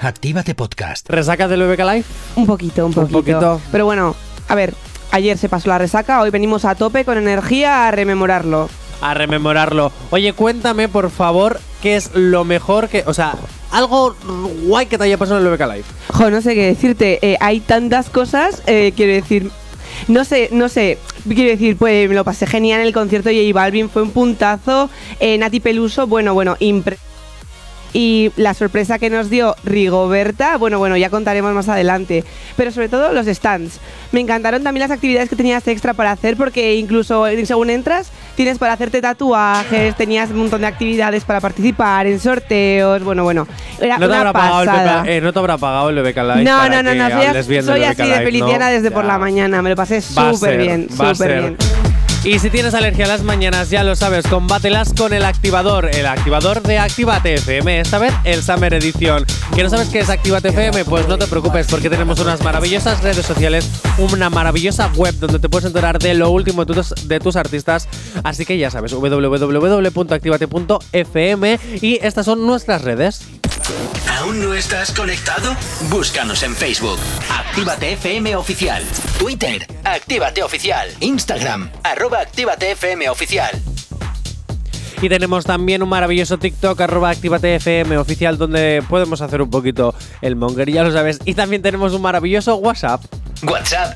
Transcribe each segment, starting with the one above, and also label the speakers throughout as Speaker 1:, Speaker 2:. Speaker 1: Actívate Podcast.
Speaker 2: ¿Resacas del BBK Live?
Speaker 3: Un poquito, un poquito.
Speaker 2: poquito.
Speaker 3: Pero bueno, a ver, ayer se pasó la resaca, hoy venimos a tope con energía a rememorarlo.
Speaker 2: A rememorarlo. Oye, cuéntame, por favor, qué es lo mejor que. O sea, algo guay que te haya pasado en el BBK Live.
Speaker 3: Jo, no sé qué decirte, eh, hay tantas cosas, eh, quiero decir, no sé, no sé, quiero decir, pues me lo pasé genial en el concierto de J Balvin, fue un puntazo, eh, Nati Peluso, bueno, bueno, impre... Y la sorpresa que nos dio Rigoberta, bueno, bueno, ya contaremos más adelante. Pero sobre todo los stands. Me encantaron también las actividades que tenías extra para hacer, porque incluso eh, según entras, tienes para hacerte tatuajes, tenías un montón de actividades para participar en sorteos, bueno, bueno. Era
Speaker 2: No te,
Speaker 3: una
Speaker 2: habrá pagado el
Speaker 3: pasada.
Speaker 2: BBK eh, no te habrá pagado el BBK Live.
Speaker 3: No,
Speaker 2: para
Speaker 3: no, no,
Speaker 2: que
Speaker 3: no, soy,
Speaker 2: hables bien del
Speaker 3: soy
Speaker 2: BBK
Speaker 3: así de
Speaker 2: Live,
Speaker 3: feliciana
Speaker 2: ¿no?
Speaker 3: desde por
Speaker 2: Ya.
Speaker 3: la mañana, me lo pasé
Speaker 2: Va a
Speaker 3: súper
Speaker 2: ser,
Speaker 3: bien,
Speaker 2: va a
Speaker 3: súper
Speaker 2: ser.
Speaker 3: bien.
Speaker 2: Y si tienes alergia a las mañanas, ya lo sabes, combátelas con el activador, el activador de Actívate FM, esta vez el Summer Edition. ¿Que no sabes qué es Actívate FM? Pues no te preocupes, porque tenemos unas maravillosas redes sociales, una maravillosa web donde te puedes enterar de lo último de tus, de tus artistas. Así que ya sabes, www.activate.fm y estas son nuestras redes.
Speaker 1: ¿Aún no estás conectado? Búscanos en Facebook. Actívate FM Oficial. Twitter. Actívate Oficial. Instagram. Arroba Actívate FM Oficial.
Speaker 2: Y tenemos también un maravilloso TikTok, arroba Actívate FM oficial, donde podemos hacer un poquito el monger, ya lo sabes. Y también tenemos un maravilloso WhatsApp.
Speaker 1: WhatsApp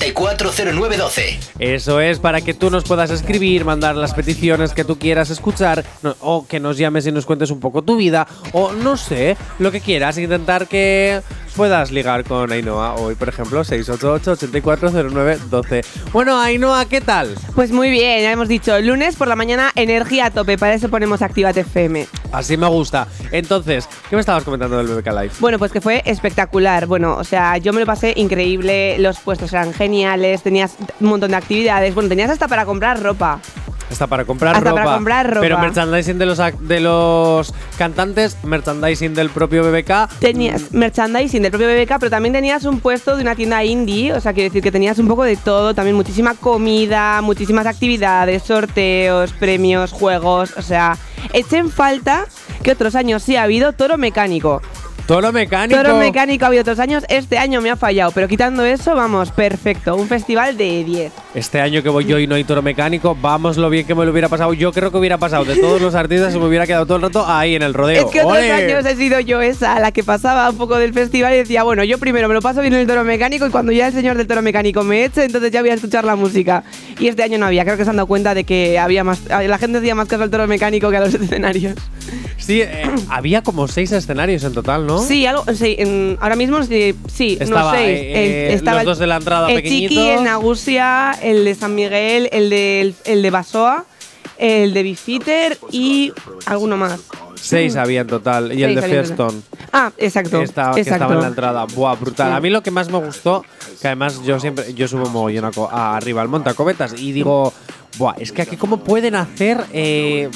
Speaker 1: 688-840912.
Speaker 2: Eso es, para que tú nos puedas escribir, mandar las peticiones que tú quieras escuchar, no- o que nos llames y nos cuentes un poco tu vida, o no sé, lo que quieras, intentar que puedas ligar con Ainhoa hoy, por ejemplo, 688-840912. Bueno, Ainhoa, ¿qué tal?
Speaker 3: Pues muy bien, ya hemos dicho, lunes por la mañana, energía a tope, para eso ponemos Actívate FM.
Speaker 2: Así me gusta. Entonces, ¿qué me estabas comentando del BBK Live?
Speaker 3: Bueno, pues que fue espectacular. Bueno, o sea, yo me lo pasé increíble, los puestos eran geniales, tenías un montón de actividades, bueno, tenías hasta para comprar ropa.
Speaker 2: Hasta para comprar
Speaker 3: Hasta
Speaker 2: ropa.
Speaker 3: para comprar ropa.
Speaker 2: Pero merchandising de los, ac- de los cantantes, merchandising del propio BBK.
Speaker 3: Tenías merchandising del propio BBK, pero también tenías un puesto de una tienda indie, o sea, quiero decir que tenías un poco de todo, también muchísima comida, muchísimas actividades, sorteos, premios, juegos, o sea, echen falta que otros años sí ha habido toro mecánico.
Speaker 2: Toro mecánico.
Speaker 3: Toro mecánico ha habido otros años, este año me ha fallado, pero quitando eso, vamos, perfecto, un festival de 10.
Speaker 2: Este año que voy yo y no hay toro mecánico, vamos lo bien que me lo hubiera pasado. Yo creo que hubiera pasado de todos los artistas y me hubiera quedado todo el rato ahí en el rodeo.
Speaker 3: Es que otros
Speaker 2: ¡Ole!
Speaker 3: años he sido yo esa, la que pasaba un poco del festival y decía, bueno, yo primero me lo paso bien en el toro mecánico y cuando ya el señor del toro mecánico me eche, entonces ya voy a escuchar la música. Y este año no había, creo que se han dado cuenta de que había más, la gente hacía más caso al toro mecánico que a los escenarios.
Speaker 2: Sí, eh, había como seis escenarios en total, ¿no?
Speaker 3: Sí, algo, sí, en- ahora mismo sí, sí
Speaker 2: ¿Oh? Estaba,
Speaker 3: no sé.
Speaker 2: eh,
Speaker 3: el- estaba
Speaker 2: los
Speaker 3: el-
Speaker 2: dos de la entrada
Speaker 3: el
Speaker 2: pequeñitos.
Speaker 3: Chiqui, el Nagusia, el de San Miguel, el de, el de Basoa, el de Bifiter y alguno más.
Speaker 2: Seis había en total. Y el
Speaker 3: Seis
Speaker 2: de
Speaker 3: habían tenido.
Speaker 2: Feston.
Speaker 3: Ah, exacto.
Speaker 2: Esta- que
Speaker 3: exacto.
Speaker 2: estaba en la entrada. Buah, brutal.
Speaker 3: Sí.
Speaker 2: A mí lo que más me gustó, que además yo siempre yo subo mogollón a co- a- arriba al Montacometas y digo, buah, es que aquí cómo pueden hacer eh,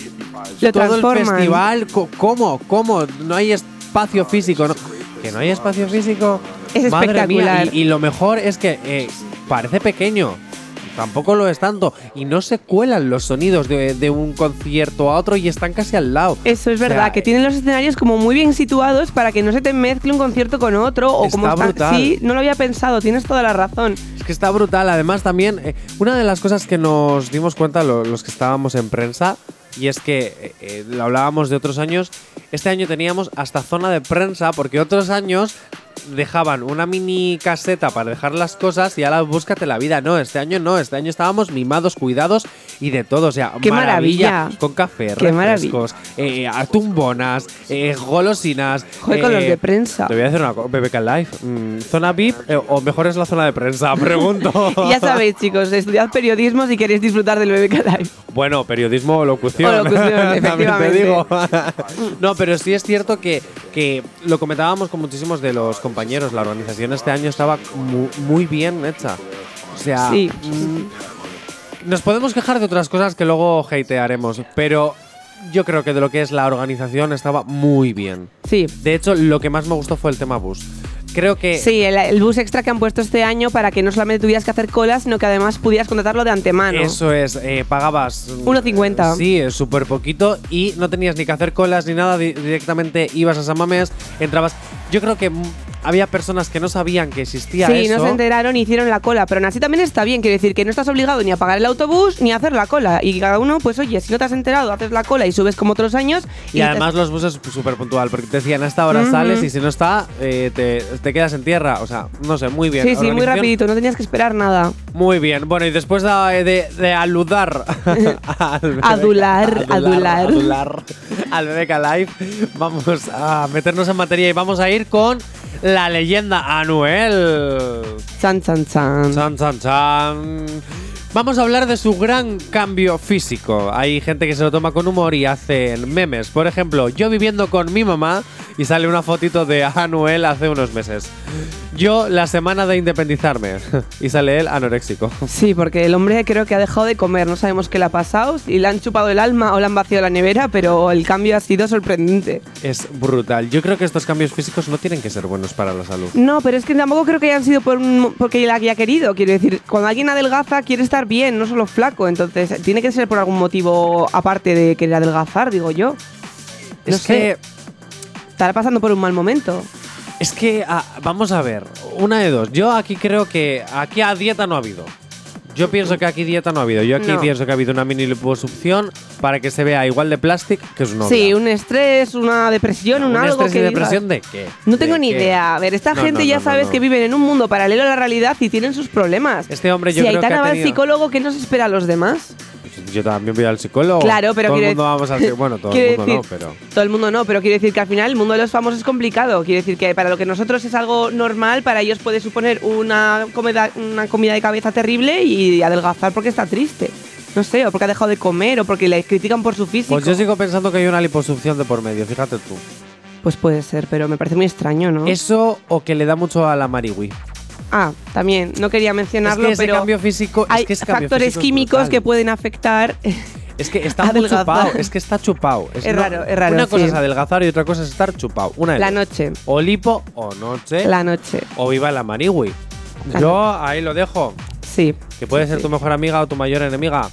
Speaker 3: Lo
Speaker 2: todo el
Speaker 3: transforman.
Speaker 2: festival, Co- cómo, cómo, no hay espacio físico, ¿no? Que no hay espacio físico.
Speaker 3: Es
Speaker 2: Madre mía,
Speaker 3: espectacular.
Speaker 2: y, y lo mejor es que eh, parece pequeño. Tampoco lo es tanto. Y no se cuelan los sonidos de, de un concierto a otro y están casi al lado.
Speaker 3: Eso es
Speaker 2: O sea,
Speaker 3: verdad, que tienen los escenarios como muy bien situados para que no se te mezcle un concierto con otro o como
Speaker 2: Está brutal.
Speaker 3: Sí, no lo había pensado, tienes toda la razón.
Speaker 2: Es que está brutal. Además, también, eh, una de las cosas que nos dimos cuenta lo- los que estábamos en prensa, y es que eh, eh, lo hablábamos de otros años, este año teníamos hasta zona de prensa, porque otros años dejaban una mini caseta para dejar las cosas y ahora búscate la vida. No, este año no, este año estábamos mimados, cuidados y de todo. O sea,
Speaker 3: ¡Qué maravilla!
Speaker 2: Con café,
Speaker 3: ¡Qué
Speaker 2: refrescos, eh, atumbonas, eh, golosinas. eh,
Speaker 3: Joder, con los de prensa.
Speaker 2: Te voy a hacer una cosa, BBK Live. mm, ¿Zona VIP eh, o mejor es la zona de prensa? Pregunto.
Speaker 3: Y ya sabéis, chicos, estudiad periodismo si queréis disfrutar del BBK Live.
Speaker 2: Bueno, periodismo o locución.
Speaker 3: O locución,
Speaker 2: También te
Speaker 3: efectivamente.
Speaker 2: digo. no, pero sí es cierto que, que lo comentábamos con muchísimos de los compañeros. La organización este año estaba mu- muy bien hecha. O sea,
Speaker 3: Sí.
Speaker 2: nos podemos quejar de otras cosas que luego hatearemos, pero yo creo que de lo que es la organización estaba muy bien.
Speaker 3: Sí.
Speaker 2: De hecho, lo que más me gustó fue el tema bus. creo que
Speaker 3: Sí, el, el bus extra que han puesto este año para que no solamente tuvieras que hacer colas, sino que además pudieras contratarlo de antemano.
Speaker 2: Eso es, eh, pagabas.
Speaker 3: 1,50.
Speaker 2: Sí, es súper poquito y no tenías ni que hacer colas ni nada, di- directamente ibas a San Mamés, entrabas. Yo creo que mm, había personas que no sabían que existía
Speaker 3: sí,
Speaker 2: eso.
Speaker 3: no se enteraron y hicieron la cola, pero aún así también está bien, quiero decir que no estás obligado ni a pagar el autobús ni a hacer la cola. Y cada uno, pues oye, si no te has enterado, haces la cola y subes como otros años.
Speaker 2: y además los buses súper puntual, porque te decían, a esta hora
Speaker 3: Ujú.
Speaker 2: sales y si no está, eh, te, te quedas en tierra. O sea, no sé, muy bien.
Speaker 3: Sí, sí, muy
Speaker 2: Organización,
Speaker 3: rapidito, no tenías que esperar nada.
Speaker 2: Muy bien. Bueno, y después de, de- de aludar. al-
Speaker 3: Adular, adular.
Speaker 2: adular al Bebeca Live, vamos a meternos en materia y vamos a ir con la leyenda Anuel.
Speaker 3: Chan, chan, chan.
Speaker 2: Chan, chan, chan. Vamos a hablar de su gran cambio físico. Hay gente que se lo toma con humor y hacen memes. Por ejemplo, yo viviendo con mi mamá y sale una fotito de Anuel hace unos meses. Yo la semana de independizarme y sale él anoréxico.
Speaker 3: Sí, porque el hombre creo que ha dejado de comer, no sabemos qué le ha pasado, si le han chupado el alma o le han vaciado la nevera, pero el cambio ha sido sorprendente.
Speaker 2: Es brutal. Yo creo que estos cambios físicos no tienen que ser buenos para la salud.
Speaker 3: No, pero es que tampoco creo que hayan sido por un- porque él haya querido. Quiero decir, cuando alguien adelgaza quiere estar bien, no solo flaco. Entonces, tiene que ser por algún motivo aparte de querer adelgazar, digo yo. No
Speaker 2: es que
Speaker 3: sé. Estará pasando por un mal momento.
Speaker 2: Es que, ah, vamos a ver, una de dos. Yo aquí creo que aquí a dieta no ha habido. Yo pienso que aquí dieta no ha habido. Yo aquí
Speaker 3: No.
Speaker 2: pienso que ha habido una mini liposucción para que se vea igual de plástico que es novia.
Speaker 3: Sí, un estrés, una depresión, un,
Speaker 2: ¿Un
Speaker 3: algo
Speaker 2: estrés
Speaker 3: que
Speaker 2: y
Speaker 3: digas.
Speaker 2: depresión de qué?
Speaker 3: No
Speaker 2: ¿De
Speaker 3: tengo ni
Speaker 2: qué?
Speaker 3: idea. A ver, esta
Speaker 2: No,
Speaker 3: gente
Speaker 2: no,
Speaker 3: ya
Speaker 2: no, no,
Speaker 3: sabes
Speaker 2: no.
Speaker 3: que viven en un mundo paralelo a la realidad y tienen sus problemas.
Speaker 2: Este hombre yo
Speaker 3: si
Speaker 2: creo que
Speaker 3: Aitana
Speaker 2: ha
Speaker 3: va al
Speaker 2: tenido-
Speaker 3: psicólogo, ¿qué nos espera a los demás?
Speaker 2: Pues Yo también voy al psicólogo.
Speaker 3: Claro, pero
Speaker 2: todo el
Speaker 3: quiero
Speaker 2: mundo
Speaker 3: dec-
Speaker 2: vamos al psicólogo. Bueno, todo el
Speaker 3: quiero
Speaker 2: mundo no,
Speaker 3: decir-
Speaker 2: pero
Speaker 3: Todo el mundo no, pero quiero decir que al final el mundo de los famosos es complicado. Quiero decir que para lo que nosotros es algo normal, para ellos puede suponer una comida, una comida de cabeza terrible y adelgazar porque está triste. No sé, o porque ha dejado de comer, o porque le critican por su físico.
Speaker 2: pues yo sigo pensando que hay una liposucción de por medio. Fíjate tú.
Speaker 3: Pues puede ser, pero me parece muy extraño, ¿no?
Speaker 2: Eso o que le da mucho a la marihui.
Speaker 3: Ah, también, no quería
Speaker 2: Es
Speaker 3: mencionarlo,
Speaker 2: que ese
Speaker 3: pero
Speaker 2: cambio físico.
Speaker 3: hay
Speaker 2: Oh, es que ese cambio
Speaker 3: factores
Speaker 2: físico es
Speaker 3: químicos
Speaker 2: brutal.
Speaker 3: que pueden afectar. eh,
Speaker 2: Es que está muy
Speaker 3: Adelgazar.
Speaker 2: chupado, es que está chupado.
Speaker 3: Es
Speaker 2: no-
Speaker 3: raro, es raro,
Speaker 2: Una cosa
Speaker 3: sí.
Speaker 2: es adelgazar y otra cosa es estar chupado. Una de
Speaker 3: la
Speaker 2: dos.
Speaker 3: noche,
Speaker 2: O lipo o noche.
Speaker 3: la noche,
Speaker 2: O viva la mariwi.
Speaker 3: La
Speaker 2: Yo ahí lo dejo.
Speaker 3: sí.
Speaker 2: Que puede
Speaker 3: Sí,
Speaker 2: ser
Speaker 3: sí.
Speaker 2: tu mejor amiga o tu mayor enemiga.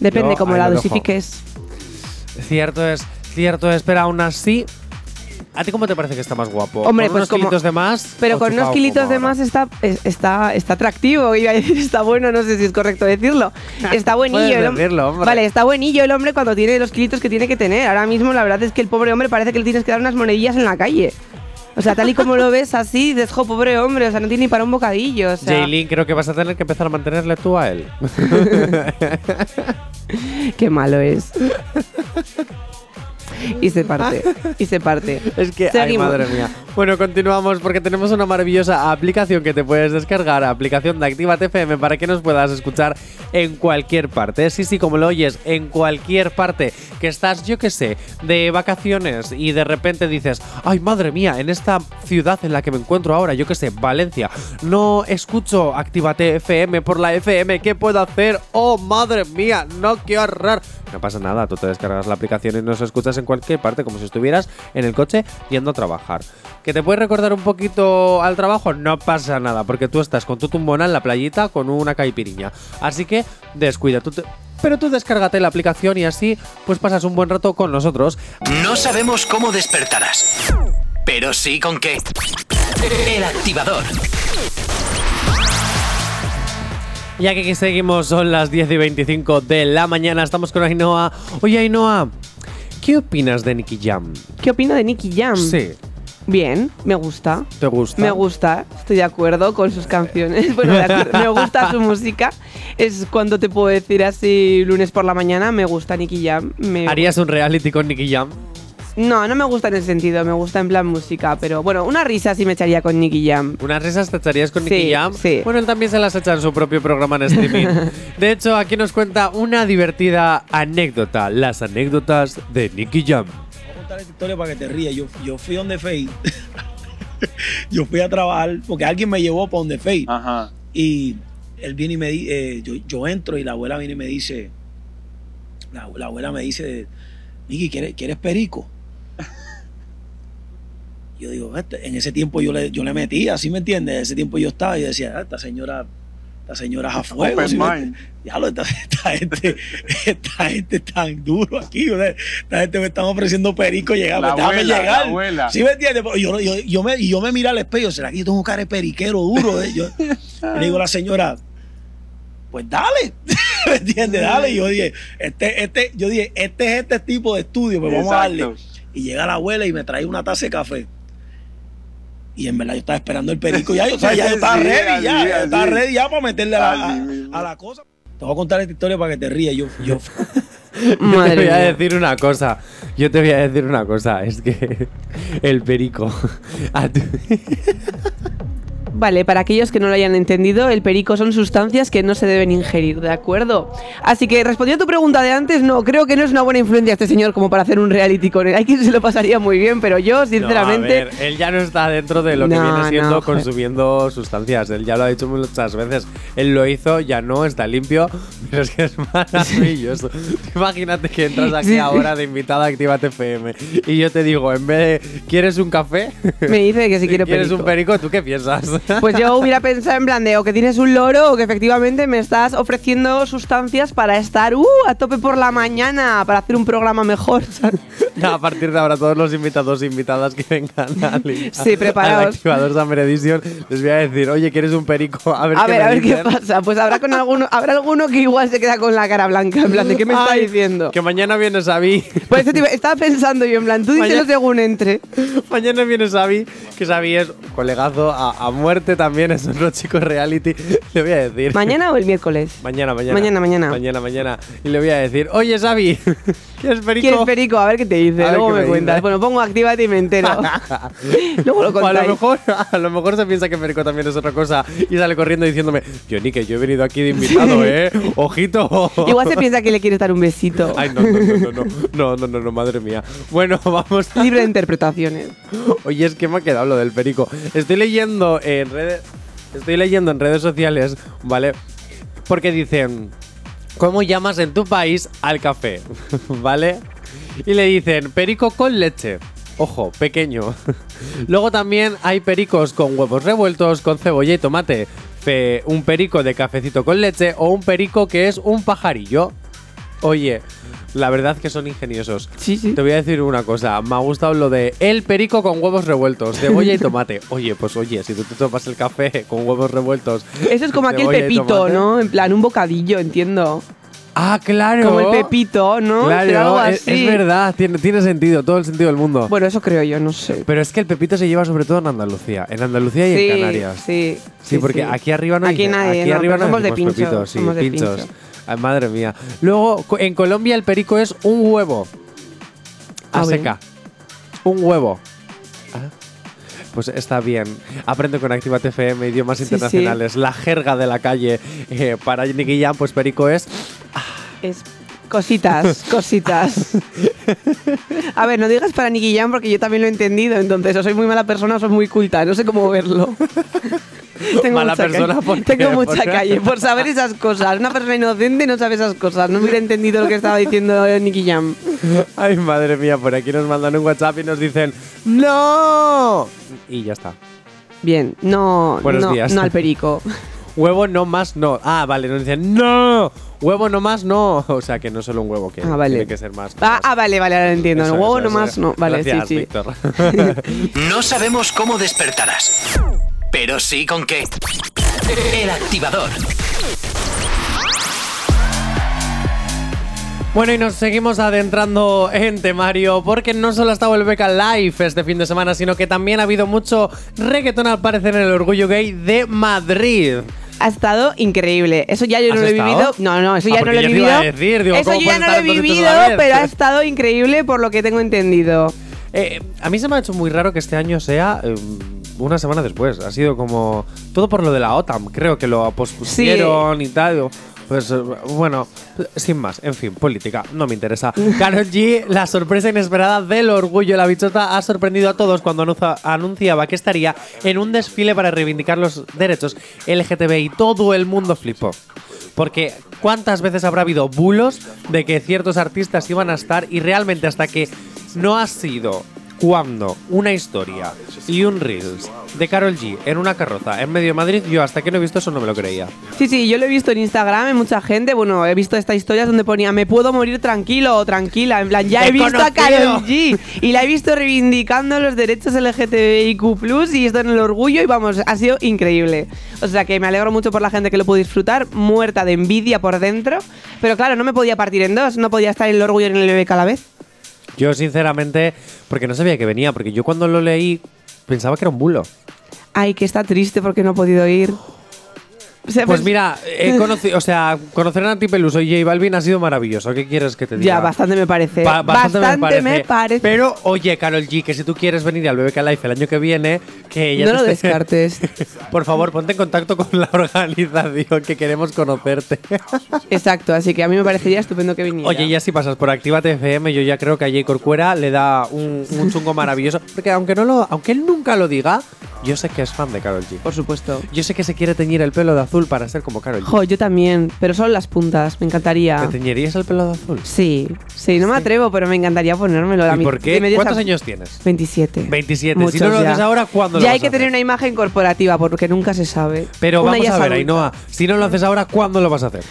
Speaker 3: Depende
Speaker 2: Yo
Speaker 3: cómo
Speaker 2: ahí
Speaker 3: la
Speaker 2: lo dejo.
Speaker 3: dosifiques.
Speaker 2: Cierto es, cierto es, pero aún así. ¿A ti cómo te parece que está más guapo?
Speaker 3: Hombre,
Speaker 2: ¿Con
Speaker 3: pues
Speaker 2: unos
Speaker 3: como-
Speaker 2: kilitos de más.
Speaker 3: Pero
Speaker 2: o
Speaker 3: con unos
Speaker 2: chupado
Speaker 3: kilitos
Speaker 2: como
Speaker 3: de
Speaker 2: ahora?
Speaker 3: más está, es- está, está atractivo, iba a decir, está bueno, no sé si es correcto decirlo. Está buenillo el hom-
Speaker 2: decirlo, hombre.
Speaker 3: Vale, está buenillo el hombre cuando tiene los kilitos que tiene que tener. Ahora mismo la verdad es que el pobre hombre parece que le tienes que dar unas monedillas en la calle. O sea, tal y como lo ves así, dices, "Jo, pobre hombre, o sea, no tiene ni para un bocadillo. O sea,
Speaker 2: Jaylin, creo que vas a tener que empezar a mantenerle tú a él.
Speaker 3: qué malo es. Y se parte, y se parte.
Speaker 2: Es que, ay,
Speaker 3: Seguimos.
Speaker 2: madre mía. Bueno, continuamos porque tenemos una maravillosa aplicación que te puedes descargar, aplicación de Actívate FM, para que nos puedas escuchar en cualquier parte. Sí, sí, como lo oyes, en cualquier parte. Que estás, yo qué sé, de vacaciones y de repente dices, ay, madre mía, en esta ciudad en la que me encuentro ahora, yo qué sé, Valencia, no escucho Actívate FM por la FM, ¿qué puedo hacer? Oh, madre mía, no, qué horror. No pasa nada, tú te descargas la aplicación y nos escuchas en cualquier parte, como si estuvieras en el coche yendo a trabajar. ¿Que te puedes recordar un poquito al trabajo? No pasa nada, porque tú estás con tu tumbona en la playita con una caipiriña. Así que descuida. tú te- Pero tú descárgate la aplicación y así pues pasas un buen rato con nosotros.
Speaker 1: No sabemos cómo despertarás, pero sí con qué. El activador.
Speaker 2: Ya que aquí seguimos, son las 10 y 25 de la mañana, estamos con Ainhoa. Oye Ainhoa, ¿qué opinas de Nicky Jam?
Speaker 3: ¿Qué opino de Nicky Jam?
Speaker 2: Sí,
Speaker 3: Bien, me gusta.
Speaker 2: ¿te gusta?
Speaker 3: Mm. Me gusta, estoy de acuerdo con sus canciones. Bueno, de acuerdo, me gusta su música. Es cuando te puedo decir así lunes por la mañana, me gusta Nicky Jam. me-
Speaker 2: ¿Harías un reality con Nicky Jam?
Speaker 3: No, no me gusta en ese sentido, me gusta en plan música, pero bueno, una risa sí me echaría con Nicky Jam.
Speaker 2: Unas risas te echarías con
Speaker 3: Sí,
Speaker 2: Nicky Jam.
Speaker 3: sí.
Speaker 2: Bueno, él también se las echa en su propio programa en streaming. de hecho, aquí nos cuenta una divertida anécdota, las anécdotas de Nicky Jam.
Speaker 4: Voy a contar esta historia para que te rías. Yo, yo fui donde Fey. yo fui a trabajar porque alguien me llevó para donde Fey.
Speaker 5: Ajá.
Speaker 4: Y él viene y me dice, yo, yo entro y la abuela viene y me dice, la, la abuela me dice, Nicky, ¿quieres, ¿quieres perico? Yo digo, "Este", en ese tiempo yo le, yo le metía, ¿sí me entiendes? En ese tiempo yo estaba y decía, "Ah, esta señora, esta señora es a fuego.
Speaker 5: Open
Speaker 4: ¿sí me
Speaker 5: mind.
Speaker 4: entiendes? Diablo, esta, esta gente, esta gente es tan duro aquí. o sea, esta gente me están ofreciendo perico, llegar,
Speaker 5: La
Speaker 4: pues, déjame
Speaker 5: abuela, la
Speaker 4: llegar.
Speaker 5: abuela.
Speaker 4: ¿Sí me entiendes? Pero Yo, yo, yo me, y yo me miro al espejo, ¿será que yo tengo cara de periquero duro? eh? Yo, le digo a la señora, pues dale. ¿Me entiendes? Dale. Y yo dije, este, este, yo dije, este es este tipo de estudio, pues vamos a darle.
Speaker 5: Exacto.
Speaker 4: Y llega la abuela y me trae una taza de café. Y en verdad yo estaba esperando el perico. Ya yo, o sea, ya yo estaba
Speaker 5: Sí,
Speaker 4: ready, ya.
Speaker 5: así,
Speaker 4: yo estaba
Speaker 5: así.
Speaker 4: ready ya para meterle a, la-
Speaker 5: Así
Speaker 4: a-
Speaker 5: mismo.
Speaker 4: a la cosa. Te voy a contar esta historia para que te rías. Yo, yo,
Speaker 2: yo te voy
Speaker 3: Madre
Speaker 2: a
Speaker 3: mía.
Speaker 2: decir una cosa. Yo te voy a decir una cosa. Es que el perico. a tu-
Speaker 3: Vale, para aquellos que no lo hayan entendido, el perico son sustancias que no se deben ingerir, ¿de acuerdo? Así que respondiendo a tu pregunta de antes, no, creo que no es una buena influencia este señor como para hacer un reality con él. Hay quien se lo pasaría muy bien, pero yo,
Speaker 2: No,
Speaker 3: sinceramente.
Speaker 2: a ver, él ya no está dentro de lo que
Speaker 3: No,
Speaker 2: viene siendo
Speaker 3: no, joder.
Speaker 2: consumiendo sustancias. Él ya lo ha dicho muchas veces. Él lo hizo, ya no, está limpio. Pero es que es maravilloso. Imagínate que entras aquí
Speaker 3: Sí.
Speaker 2: ahora de invitada a Actívate FM. Y yo te digo, en vez de, ¿quieres un café?
Speaker 3: Me dice que si quiero
Speaker 2: ¿Quieres
Speaker 3: perico.
Speaker 2: un perico? ¿Tú qué piensas?
Speaker 3: Pues yo hubiera pensado en plan de o que tienes un loro o que efectivamente me estás ofreciendo sustancias para estar uh, a tope por la mañana, para hacer un programa mejor. ¿sabes?
Speaker 2: A partir de ahora, todos los invitados e invitadas que vengan a Lim-
Speaker 3: Sí, preparaos.
Speaker 2: al Activador Summer Edition, les voy a decir, oye, ¿quieres un perico? A ver,
Speaker 3: A
Speaker 2: qué
Speaker 3: ver,
Speaker 2: me
Speaker 3: a ver qué
Speaker 2: dicen".
Speaker 3: pasa. Pues habrá con alguno, habrá alguno que igual se queda con la cara blanca, en plan de qué me está
Speaker 2: Ay,
Speaker 3: diciendo.
Speaker 2: Que mañana vienes a mí.
Speaker 3: Por eso te iba- Pues estaba pensando yo en plan, tú díselo
Speaker 2: Mañana-
Speaker 3: según entre.
Speaker 2: Mañana viene Xavi, que Xavi es colegazo a, a muerte también, es otro chico reality. Le voy a decir.
Speaker 3: ¿Mañana o el miércoles?
Speaker 2: Mañana, mañana.
Speaker 3: Mañana, mañana.
Speaker 2: Mañana, mañana. Y le voy a decir, oye Xavi, ¿quieres perico?
Speaker 3: ¿Quieres perico? A ver qué te dice,
Speaker 2: A ver
Speaker 3: luego
Speaker 2: qué
Speaker 3: me
Speaker 2: me
Speaker 3: cuentas.
Speaker 2: dice.
Speaker 3: Bueno, pongo actívate y me entero. luego lo
Speaker 2: O a
Speaker 3: contáis.
Speaker 2: lo, mejor, a lo mejor se piensa que perico también es otra cosa y sale corriendo diciéndome, yo ni que yo he venido aquí de invitado, ¿eh? Ojito.
Speaker 3: Igual se piensa que le quieres dar un besito.
Speaker 2: Ay, no, no, no, no, no, no, no, no, no, madre mía. Bueno, vamos a...
Speaker 3: Libre de interpretaciones.
Speaker 2: Oye, es que me ha quedado lo del perico. Estoy leyendo en redes. Estoy leyendo en redes sociales, ¿vale? Porque dicen. ¿Cómo llamas en tu país al café? ¿Vale? Y le dicen perico con leche. Ojo, pequeño. Luego también hay pericos con huevos revueltos, con cebolla y tomate. Fe- un perico de cafecito con leche o un perico que es un pajarillo. Oye, la verdad que son ingeniosos.
Speaker 3: Sí, sí.
Speaker 2: Te voy a decir una cosa, me ha gustado lo de el perico con huevos revueltos, cebolla y tomate. Oye, pues oye, si tú te tomas el café con huevos revueltos.
Speaker 3: Eso es como aquel
Speaker 2: cebolla y
Speaker 3: pepito,
Speaker 2: tomate-
Speaker 3: ¿no? En plan, un bocadillo, entiendo.
Speaker 2: Ah, claro.
Speaker 3: Como el pepito, ¿no? Será algo
Speaker 2: Claro, es,
Speaker 3: así.
Speaker 2: es verdad, tiene, tiene sentido, todo el sentido del mundo.
Speaker 3: Bueno, eso creo yo, no sé.
Speaker 2: Pero es que el pepito se lleva sobre todo en Andalucía, en Andalucía y en Canarias.
Speaker 3: Sí,
Speaker 2: Sí, porque aquí arriba no
Speaker 3: Aquí
Speaker 2: dicen-
Speaker 3: nadie,
Speaker 2: aquí
Speaker 3: no,
Speaker 2: arriba
Speaker 3: pero somos de
Speaker 2: decimos
Speaker 3: pincho,
Speaker 2: pepitos, sí,
Speaker 3: somos de
Speaker 2: pinchos.
Speaker 3: pincho.
Speaker 2: Ay, madre mía. Luego, co- en Colombia el perico es un huevo. A
Speaker 3: Ah, bien.
Speaker 2: seca. Un huevo. Ah, Pues está bien. Aprende con Activa FM, idiomas
Speaker 3: Sí, sí.
Speaker 2: internacionales, la jerga de la calle. Eh, para Nicky Jam, pues perico es.
Speaker 3: Es cositas, cositas. A ver, no digas para Nicky Jam porque yo también lo he entendido. Entonces, o soy muy mala persona o soy muy culta. No sé cómo verlo. Tengo
Speaker 2: Mala
Speaker 3: mucha calle-
Speaker 2: persona, ¿por qué?
Speaker 3: Tengo
Speaker 2: Por-
Speaker 3: mucha calle por saber esas cosas. Una persona inocente no sabe esas cosas. No hubiera entendido lo que estaba diciendo eh, Nicky Jam.
Speaker 2: Ay, madre mía, por aquí nos mandan un WhatsApp y nos dicen ¡No! Y ya está.
Speaker 3: Bien, no,
Speaker 2: Buenos
Speaker 3: no,
Speaker 2: días.
Speaker 3: no al perico.
Speaker 2: Huevo no más no. Ah, vale, nos dicen ¡No! Huevo no más no. O sea que no es solo un huevo que
Speaker 3: Ah, vale.
Speaker 2: tiene que ser más.
Speaker 3: Ah, ah, vale, vale, ahora lo entiendo.
Speaker 2: Eso,
Speaker 3: el huevo
Speaker 2: eso, eso.
Speaker 3: nomás no. Vale,
Speaker 2: Gracias,
Speaker 3: sí, sí.
Speaker 2: Víctor.
Speaker 1: No sabemos cómo despertarás, pero sí con qué. El activador.
Speaker 2: Bueno, y nos seguimos adentrando en temario porque no solo ha estado el Beca Live este fin de semana, sino que también ha habido mucho reggaetón al parecer en el Orgullo Gay de Madrid.
Speaker 3: Ha estado increíble. Eso ya yo
Speaker 2: ¿Has
Speaker 3: no lo he
Speaker 2: estado?
Speaker 3: vivido. No, no, eso
Speaker 2: Ah,
Speaker 3: ya no
Speaker 2: porque
Speaker 3: lo he
Speaker 2: yo te
Speaker 3: vivido.
Speaker 2: iba a decir, digo,
Speaker 3: eso
Speaker 2: ¿cómo
Speaker 3: yo
Speaker 2: puede
Speaker 3: ya no lo he
Speaker 2: estar entonces
Speaker 3: vivido,
Speaker 2: tú a la vez?
Speaker 3: pero ha estado increíble por lo que tengo entendido.
Speaker 2: Eh, a mí se me ha hecho muy raro que este año sea eh, una semana después. Ha sido como todo por lo de la OTAN, creo que lo pospusieron y tal. Pues eh, bueno, sin más, en fin, política, no me interesa. Carol G, la sorpresa inesperada del orgullo, la bichota ha sorprendido a todos cuando anuncia- anunciaba que estaría en un desfile para reivindicar los derechos LGTBI. Todo el mundo flipó. Porque cuántas veces habrá habido bulos de que ciertos artistas iban a estar y realmente hasta que no ha sido cuando una historia y un Reels de Carol G en una carroza en medio de Madrid, yo hasta que no he visto eso no me lo creía.
Speaker 3: Sí, sí, yo lo he visto en Instagram, en mucha gente. Bueno, he visto estas historias donde ponía me puedo morir tranquilo o tranquila. En plan, ya he visto a Karol G y la he visto reivindicando los derechos LGTBIQ, y esto en el orgullo. Y vamos, ha sido increíble. O sea que me alegro mucho por la gente que lo pudo disfrutar, muerta de envidia por dentro. Pero claro, no me podía partir en dos, no podía estar en el orgullo y en el bebé a la vez.
Speaker 2: Yo sinceramente, porque no sabía que venía, porque yo cuando lo leí pensaba que era un bulo.
Speaker 3: Ay, que está triste porque no ha podido ir. O sea,
Speaker 2: Pues
Speaker 3: pens-
Speaker 2: mira, he conocido, o sea, conocer a Nati Peluso y J Balvin ha sido maravilloso. ¿Qué quieres que te diga?
Speaker 3: Ya, bastante me parece.
Speaker 2: Ba-
Speaker 3: bastante, me parece.
Speaker 2: Pero oye, Carol G, que si tú quieres venir al BBK Life el año que viene, que ella
Speaker 3: no
Speaker 2: te
Speaker 3: lo
Speaker 2: esté-
Speaker 3: descartes.
Speaker 2: Por favor, ponte en contacto con la organización que queremos conocerte.
Speaker 3: Exacto, así que a mí me parecería estupendo que viniera.
Speaker 2: Oye, ya si pasas por Actívate FM, yo ya creo que a Jay Corcuera le da un, un chungo maravilloso. Porque aunque, no lo, aunque él nunca lo diga, yo sé que es fan de Carol G.
Speaker 3: Por supuesto.
Speaker 2: Yo sé que se quiere teñir el pelo de azul para ser como Carol G.
Speaker 3: Jo, yo también, pero solo las puntas, me encantaría.
Speaker 2: ¿Te teñirías el pelo de azul?
Speaker 3: Sí, sí, no me atrevo, pero me encantaría ponérmelo. La
Speaker 2: ¿Y
Speaker 3: mi-
Speaker 2: por qué?
Speaker 3: de medias
Speaker 2: ¿Cuántos
Speaker 3: a-
Speaker 2: años tienes?
Speaker 3: 27.
Speaker 2: 27. Si no lo haces ahora, ¿cuándo lo
Speaker 3: Ya
Speaker 2: vas
Speaker 3: hay que
Speaker 2: a hacer?
Speaker 3: tener una imagen corporativa, porque nunca se sabe.
Speaker 2: Pero
Speaker 3: Una
Speaker 2: vamos
Speaker 3: ya
Speaker 2: a
Speaker 3: es
Speaker 2: ver,
Speaker 3: adulta.
Speaker 2: Ainhoa, si no lo haces ahora, ¿cuándo lo vas a hacer?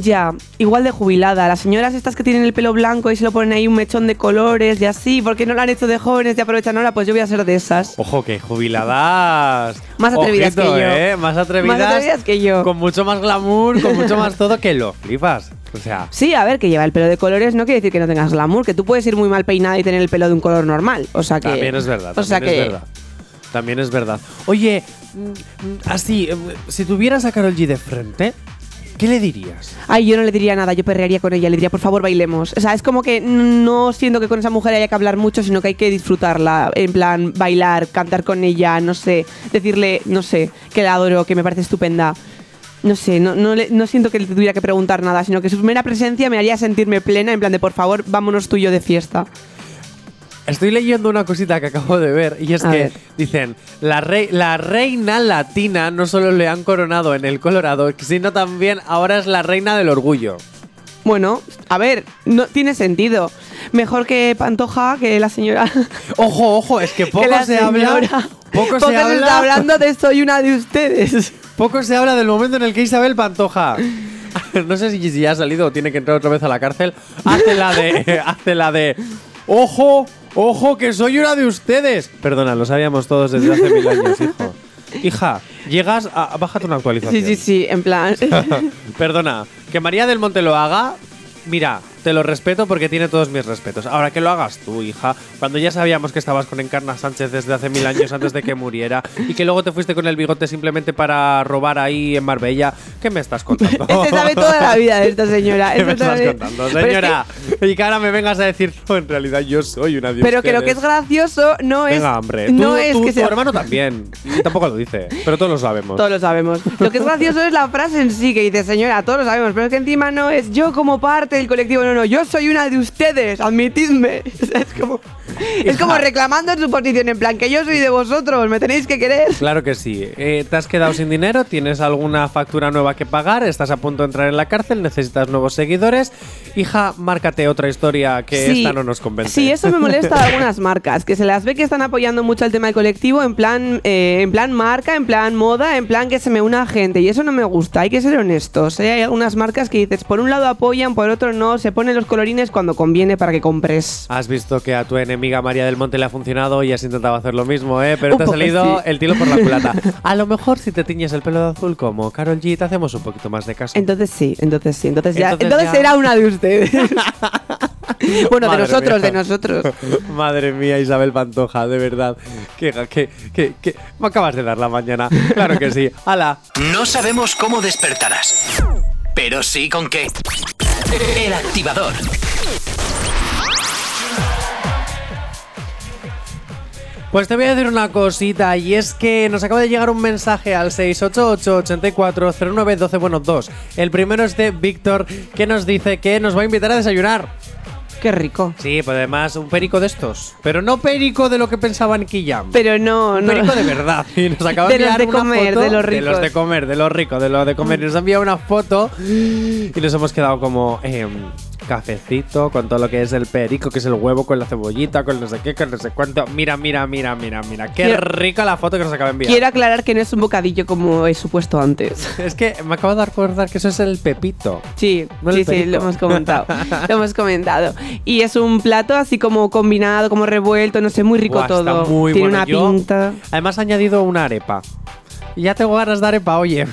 Speaker 3: Ya, igual de jubilada. Las señoras estas que tienen el pelo blanco y se lo ponen ahí un mechón de colores y así, porque no lo han hecho de jóvenes y aprovechan ahora, pues yo voy a ser de esas.
Speaker 2: Ojo, que jubiladas.
Speaker 3: Más atrevidas
Speaker 2: Ojito,
Speaker 3: que yo.
Speaker 2: ¿eh? Más atrevidas.
Speaker 3: Más atrevidas que yo.
Speaker 2: Con mucho más glamour, con mucho más todo que lo flipas. O sea,
Speaker 3: Sí, a ver, que lleva el pelo de colores no quiere decir que no tengas glamour, que tú puedes ir muy mal peinada y tener el pelo de un color normal. O sea que.
Speaker 2: también es verdad.
Speaker 3: O sea
Speaker 2: también
Speaker 3: que.
Speaker 2: es verdad. También es verdad. Oye, mm, mm, así, eh, si tuvieras a Carol G de frente, ¿qué le dirías?
Speaker 3: Ay, yo no le diría nada, yo perrearía con ella, le diría, por favor, bailemos. O sea, es como que no siento que con esa mujer haya que hablar mucho, sino que hay que disfrutarla. En plan, bailar, cantar con ella, no sé. Decirle, no sé, que la adoro, que me parece estupenda. No sé, no, no, le- no siento que le tuviera que preguntar nada, sino que su mera presencia me haría sentirme plena, en plan de, por favor, vámonos tú y yo de fiesta.
Speaker 2: Estoy leyendo una cosita que acabo de ver y es
Speaker 3: A
Speaker 2: que
Speaker 3: ver.
Speaker 2: dicen, la, rei- la reina latina no solo le han coronado en el Colorado, sino también ahora es la reina del orgullo.
Speaker 3: Bueno, a ver, no tiene sentido. Mejor que Pantoja que la señora.
Speaker 2: Ojo, ojo, es que poco
Speaker 3: que la
Speaker 2: se habla.
Speaker 3: señora-
Speaker 2: Poco se habla.
Speaker 3: está hablando de soy una de ustedes.
Speaker 2: Poco se habla del momento en el que Isabel Pantoja. No sé si si ya ha salido o tiene que entrar otra vez a la cárcel. Hace la de. Hace la de. ¡Ojo! ¡Ojo! ¡Que soy una de ustedes! Perdona, lo sabíamos todos desde hace mil años, hijo. Hija, llegas a. Bájate una
Speaker 3: Sí,
Speaker 2: actualización.
Speaker 3: sí, sí, en plan. este
Speaker 2: Perdona, que María del Monte lo haga, mira, te lo respeto porque tiene todos mis respetos. Ahora que lo hagas tú, hija, cuando ya sabíamos que estabas con Encarna Sánchez desde hace mil años antes de que muriera y que luego te fuiste con el bigote simplemente para robar ahí en Marbella, ¿qué me estás contando?
Speaker 3: Este sabe toda la vida de esta señora.
Speaker 2: ¿Qué me
Speaker 3: Este
Speaker 2: estás
Speaker 3: sabe-
Speaker 2: contando,
Speaker 3: Pero es que-
Speaker 2: señora? Y que ahora me vengas a decir, no, en realidad yo soy una de
Speaker 3: Pero que lo que es
Speaker 2: ustedes".
Speaker 3: gracioso no es.
Speaker 2: Venga, hombre.
Speaker 3: No
Speaker 2: tú,
Speaker 3: es
Speaker 2: tú,
Speaker 3: que
Speaker 2: tu
Speaker 3: sea-
Speaker 2: hermano también. Y Tampoco lo dice. Pero todos lo sabemos.
Speaker 3: Todos lo sabemos. Lo que es gracioso es la frase en sí que dice, señora, todos lo sabemos, pero es que encima no es yo como parte del colectivo, no, no, yo soy una de ustedes, admitidme. O sea, es como, es como reclamando en su posición, en plan, que yo soy de vosotros, me tenéis que querer.
Speaker 2: Claro que sí. Eh, ¿Te has quedado sin dinero? ¿Tienes alguna factura nueva que pagar? ¿Estás a punto de entrar en la cárcel? ¿Necesitas nuevos seguidores? Hija, márcate otra historia que esta no nos convence.
Speaker 3: Sí, eso me molesta de algunas marcas, que se las ve que están apoyando mucho el tema del colectivo en plan, eh, en plan marca, en plan moda, en plan que se me una gente. Y eso no me gusta, hay que ser honestos. ¿eh? Hay algunas marcas que dices, por un lado apoyan, por otro no, se ponen los colorines cuando conviene para que compres.
Speaker 2: Has visto que a tu enemiga María del Monte le ha funcionado y has intentado hacer lo mismo, ¿eh? Pero
Speaker 3: Un
Speaker 2: te ha
Speaker 3: poco
Speaker 2: salido
Speaker 3: sí.
Speaker 2: el tiro por la culata. A lo mejor si te tiñes el pelo de azul como Carol G, te hacemos un poquito más de caso.
Speaker 3: Entonces sí, entonces sí, entonces ya,
Speaker 2: Entonces
Speaker 3: entonces,
Speaker 2: ya.
Speaker 3: será una de ustedes. bueno, de
Speaker 2: Madre
Speaker 3: nosotros,
Speaker 2: mía.
Speaker 3: de nosotros.
Speaker 2: Madre mía, Isabel Pantoja, de verdad. Que, que, que, que- me acabas de dar la mañana. Claro que sí. ¡Hala!
Speaker 1: No sabemos cómo despertarás, pero sí con qué. El activador.
Speaker 2: Pues te voy a decir una cosita y es que nos acaba de llegar un mensaje al 688-8409-12, bueno, dos. El primero es de Víctor que nos dice que nos va a invitar a desayunar.
Speaker 3: Qué rico.
Speaker 2: Sí, pues además un perico de estos, pero no perico de lo que pensaban Killam.
Speaker 3: Pero no,
Speaker 2: Un
Speaker 3: no.
Speaker 2: perico de verdad. Y nos acaba de
Speaker 3: De los
Speaker 2: enviar
Speaker 3: de
Speaker 2: una
Speaker 3: comer,
Speaker 2: foto De
Speaker 3: de los
Speaker 2: los
Speaker 3: ricos.
Speaker 2: de comer, de los ricos, de los de comer. Y nos ha enviado una foto y nos hemos quedado como. em, cafecito, con todo lo que es el perico, que es el huevo, con la cebollita, con no sé qué, con no sé cuánto. Mira, mira, mira, mira, mira. Qué
Speaker 3: Quiero-
Speaker 2: rica la foto que nos acaba de enviar.
Speaker 3: Quiero aclarar que no es un bocadillo como he supuesto antes.
Speaker 2: Es que me acabo de acordar que eso es el pepito.
Speaker 3: Sí,
Speaker 2: No el
Speaker 3: sí, sí,
Speaker 2: perico.
Speaker 3: lo hemos comentado. lo hemos comentado. Y es un plato así como combinado, como revuelto, no sé, muy rico
Speaker 2: Buah, está
Speaker 3: todo.
Speaker 2: muy
Speaker 3: Tiene
Speaker 2: bueno.
Speaker 3: una
Speaker 2: Yo-
Speaker 3: pinta.
Speaker 2: Además ha añadido una arepa. Y Ya tengo ganas de arepa, oye.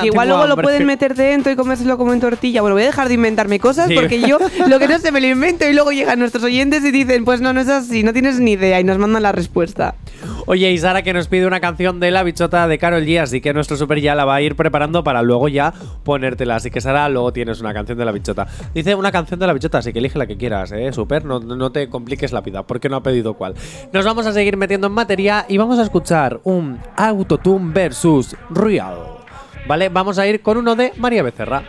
Speaker 3: que igual
Speaker 2: Tengo
Speaker 3: luego lo
Speaker 2: hambre.
Speaker 3: pueden meter dentro y comérselo como en tortilla. Bueno, voy a dejar de inventarme cosas
Speaker 2: Sí.
Speaker 3: porque yo lo que no sé me lo invento y luego llegan nuestros oyentes y dicen, pues no, no es así, no tienes ni idea y nos mandan la respuesta.
Speaker 2: Oye, y Sara que nos pide una canción de La Bichota de Carol G, así que nuestro super ya la va a ir preparando para luego ya ponértela. Así que Sara, luego tienes una canción de La Bichota. Dice una canción de La Bichota, así que elige la que quieras, ¿eh? Super, no, no te compliques la vida, porque no ha pedido cuál. Nos vamos a seguir metiendo en materia y vamos a escuchar un Autotune versus Real. ¿Vale? Vamos a ir con uno de María Becerra.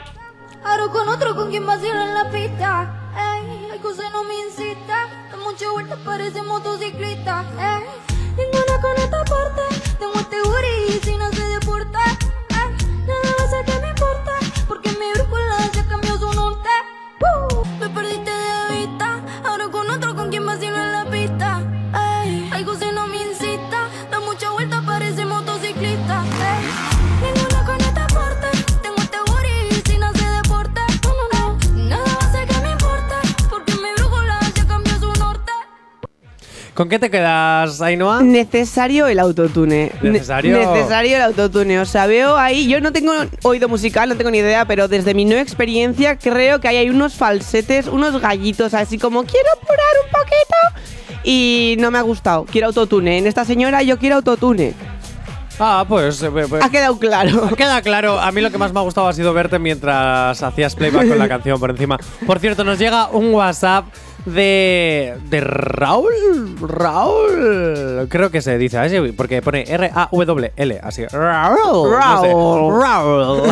Speaker 5: Aro con otro con quien vacila en la pista. Ey, hay cosas que no me incita. Da muchas vueltas, parece motociclista. Ey, ninguna con esta parte. Tengo este guri y si no se deporta. Ey, nada más es que me importa. Porque mi brújula se cambió su norte. Uh, me perdiste de vista. Ahora con otro con quien vacilo en la pista. Ey, algo se no me incita. Da mucha vuelta, parece motociclista. Ey, ninguna con esta parte. Tengo este booty y si no se deporta. No, no, no. Nada hace que me importa. Porque mi brújula ya cambió su norte.
Speaker 2: ¿Con qué te quedas, Ainhoa?
Speaker 3: Necesario el autotune. Ne-
Speaker 2: Necesario.
Speaker 3: necesario el autotune. O sea, veo ahí, yo no tengo oído musical, no tengo ni idea, pero desde mi no experiencia creo que ahí hay unos falsetes, unos gallitos, así como quiero apurar un poquito. Y no me ha gustado. Quiero autotune. En esta señora yo quiero autotune.
Speaker 2: Ah, pues... eh, pues-
Speaker 3: Ha quedado claro.
Speaker 2: Queda claro, a mí lo que más me ha gustado ha sido verte mientras hacías playback con la canción por encima. Por cierto, nos llega un WhatsApp de, de Raúl. Raúl. Creo que se dice así, porque pone R-A-W-L, así. Raúl. no sé.
Speaker 3: Raúl.
Speaker 2: Raúl.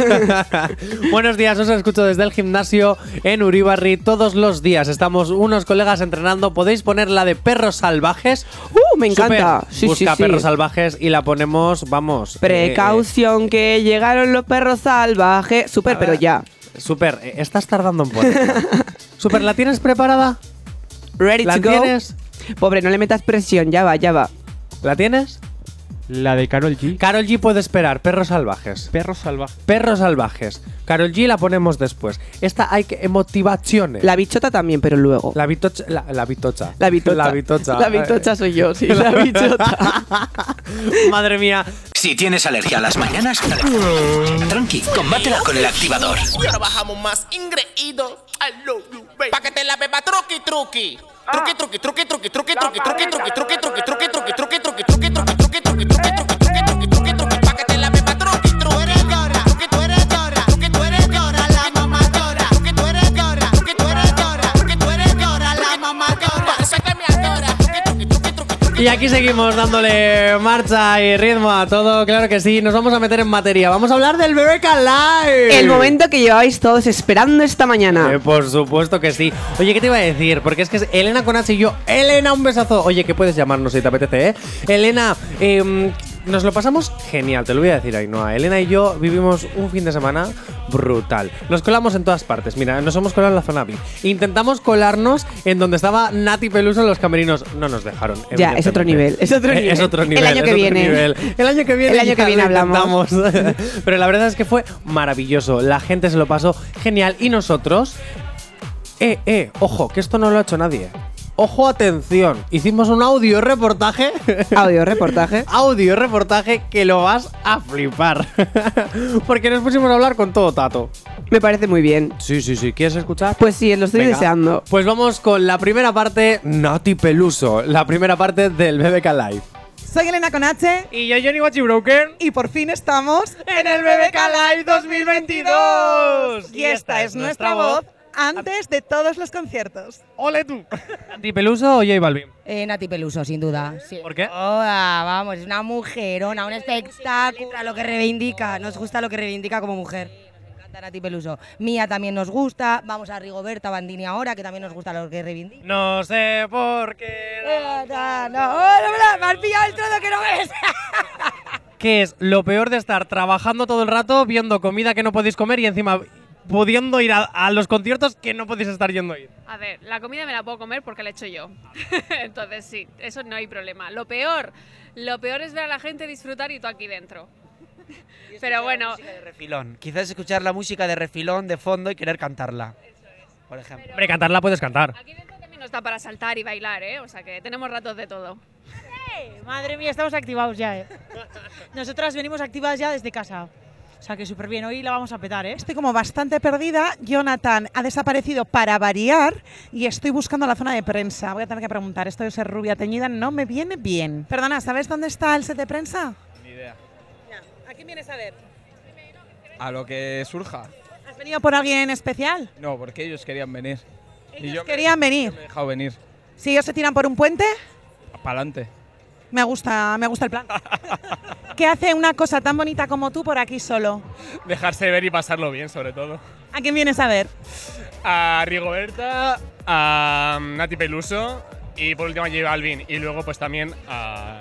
Speaker 2: Buenos días, os escucho desde el gimnasio en Uribarri todos los días. Estamos unos colegas entrenando. Podéis poner la de perros salvajes.
Speaker 3: Uh, me encanta.
Speaker 2: Súper.
Speaker 3: Sí, sí,
Speaker 2: Busca
Speaker 3: sí.
Speaker 2: perros salvajes y la ponemos, vamos. eh, eh,
Speaker 3: Precaución que llegaron los perros salvajes. Super, pero ya.
Speaker 2: Super, eh, estás tardando en ponerla. Super, ¿la tienes preparada?
Speaker 3: Ready
Speaker 2: ¿La
Speaker 3: to go.
Speaker 2: tienes?
Speaker 3: Pobre, no le metas presión. Ya va, ya va.
Speaker 2: ¿La tienes?
Speaker 6: La de Carol G.
Speaker 2: Carol G puede esperar, perros salvajes.
Speaker 6: Perro salvaje.
Speaker 2: Perros salvajes. Carol G la ponemos después. Esta hay que. eh, Motivaciones.
Speaker 3: La bichota también, pero luego.
Speaker 2: La bitocha. La, la bitocha.
Speaker 3: La bitocha.
Speaker 2: La bitocha.
Speaker 3: La bitocha soy yo, sí. La bichota.
Speaker 2: Madre mía.
Speaker 1: Si tienes alergia a las mañanas, tranqui, combátela con el activador.
Speaker 7: Yo no bajamos más ingreído. I love you, baby. Pa' que te la beba truqui, truqui. Truqui, truqui, truqui, truqui, truqui, truqui, truqui, truqui, truqui, truqui, truqui, truqui, truqui, truqui, truqui, truqui, truqui, truqui, truqui, truqui, truqui, truqui, truqui, truqui, pa' que te la beba truqui, truqui. Tú eres llora, truqui, tú eres llora, truqui, tú eres llora, la mamá llora. Truqui, tú eres llora, truqui, tú eres llora, truqui, tú eres llora, la mamá llora. Parece que me adora. Truqui, truqui, truqui, truqui, truqui.
Speaker 2: Y aquí seguimos dándole marcha y ritmo a todo, claro que sí. Nos vamos a meter en materia. Vamos a hablar del Break Alive.
Speaker 3: El momento que lleváis todos esperando esta
Speaker 2: Eh,
Speaker 3: mañana.
Speaker 2: por supuesto que sí. Oye, ¿qué te iba a decir? Porque es que es Elena con H y yo. Elena, un besazo. Oye, que puedes llamarnos si te apetece, ¿eh? Elena, eh, nos lo pasamos genial, te lo voy a decir, Ainhoa. Elena y yo vivimos un fin de semana brutal. Nos colamos en todas partes. Mira, nos hemos colado en la zona VIP. Intentamos colarnos en donde estaba Nati Peluso en los camerinos. No nos dejaron.
Speaker 3: Ya, es otro
Speaker 2: evidentemente.
Speaker 3: nivel, es otro
Speaker 2: Eh,
Speaker 3: nivel.
Speaker 2: Es otro
Speaker 3: El
Speaker 2: nivel.
Speaker 3: año
Speaker 2: es
Speaker 3: que
Speaker 2: otro
Speaker 3: viene.
Speaker 2: nivel. El año que viene.
Speaker 3: El año
Speaker 2: ya
Speaker 3: que viene
Speaker 2: lo
Speaker 3: hablamos.
Speaker 2: intentamos. Pero la verdad es que fue maravilloso. La gente se lo pasó genial. Y nosotros. Eh, eh, ojo, que esto no lo ha hecho nadie. Ojo, atención. Hicimos un audio reportaje.
Speaker 3: Audio, reportaje.
Speaker 2: audio reportaje que lo vas a flipar. Porque nos pusimos a hablar con todo tato.
Speaker 3: Me parece muy bien.
Speaker 2: Sí, sí, sí. ¿Quieres escuchar?
Speaker 3: Pues sí, lo estoy
Speaker 2: Venga.
Speaker 3: deseando.
Speaker 2: Pues vamos con la primera parte, Nati Peluso. La primera parte del BBK Live.
Speaker 8: Soy Elena Conache
Speaker 2: Y yo, Johnny Watchy Broker.
Speaker 8: y por fin estamos
Speaker 2: en el BBK Live 2022.
Speaker 8: Y esta es nuestra voz antes de todos los conciertos.
Speaker 2: ¡Ole tú! ¿Nati Peluso o J Balvin?
Speaker 9: Eh, Nati Peluso, sin duda. Sí.
Speaker 2: ¿Por qué?
Speaker 9: Toda, vamos, es una mujerona, un espectáculo, lo que reivindica. Nos gusta lo que reivindica como mujer. Me encanta Nati Peluso. Mía también nos gusta. Vamos a Rigoberta Bandini ahora, que también nos gusta lo que reivindica.
Speaker 2: No sé por qué.
Speaker 9: Eh, No, no, oh, no, no, me has pillado el trozo que no ves.
Speaker 2: ¿Qué es lo peor de estar trabajando todo el rato, viendo comida que no podéis comer y encima
Speaker 6: pudiendo ir a, a los conciertos que no podéis estar yendo a ir?
Speaker 10: A ver, la comida me la puedo comer porque la he hecho yo. Entonces sí, eso no hay problema. Lo peor, lo peor es ver a la gente disfrutar y tú aquí dentro. Pero bueno,
Speaker 3: Refilón. Quizás escuchar la música de refilón de fondo y querer cantarla. Por ejemplo.
Speaker 6: Hombre, cantarla puedes cantar.
Speaker 10: también nos da para saltar y bailar, ¿eh? O sea que tenemos ratos de todo.
Speaker 11: Madre mía, estamos activados ya, eh. Nosotras venimos activadas ya desde casa. O sea que súper bien, hoy la vamos a petar, ¿eh?
Speaker 8: Estoy como bastante perdida. Jonathan ha desaparecido para variar y estoy buscando la zona de prensa. Voy a tener que preguntar, esto de ser rubia teñida no me viene bien. Perdona, ¿sabes dónde está el set de prensa?
Speaker 4: Ni idea.
Speaker 8: ¿A quién vienes a ver?
Speaker 4: A lo que surja.
Speaker 8: ¿Has venido por alguien especial?
Speaker 4: No, porque ellos querían venir. y yo me-
Speaker 8: querían venir.
Speaker 4: Me he dejado venir.
Speaker 8: Si ellos se tiran por un puente,
Speaker 4: Para adelante.
Speaker 8: me gusta, me gusta el plan. ¿Qué hace una cosa tan bonita como tú por aquí solo?
Speaker 6: Dejarse ver y pasarlo bien, sobre todo.
Speaker 8: ¿A quién vienes a ver?
Speaker 6: A Rigoberta, a mm, Nati Peluso y por último a J Balvin. Y luego pues también a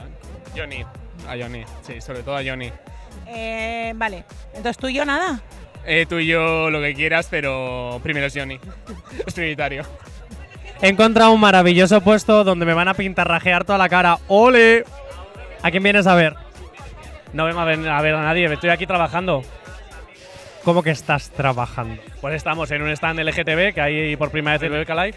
Speaker 6: Johnny. A Johnny, sí, sobre todo a Johnny.
Speaker 8: Eh, vale, entonces tú y yo nada.
Speaker 6: Eh, tú y yo lo que quieras, pero primero es Johnny. es prioritario.
Speaker 2: He encontrado un maravilloso puesto donde me van a pintarrajear toda la cara. ¡Ole! ¿A quién vienes a ver?
Speaker 6: No vengo a ver a, ver a nadie, estoy aquí trabajando.
Speaker 2: ¿Cómo que estás trabajando?
Speaker 6: Pues estamos en un stand LGTB que hay por primera vez en BBK Live.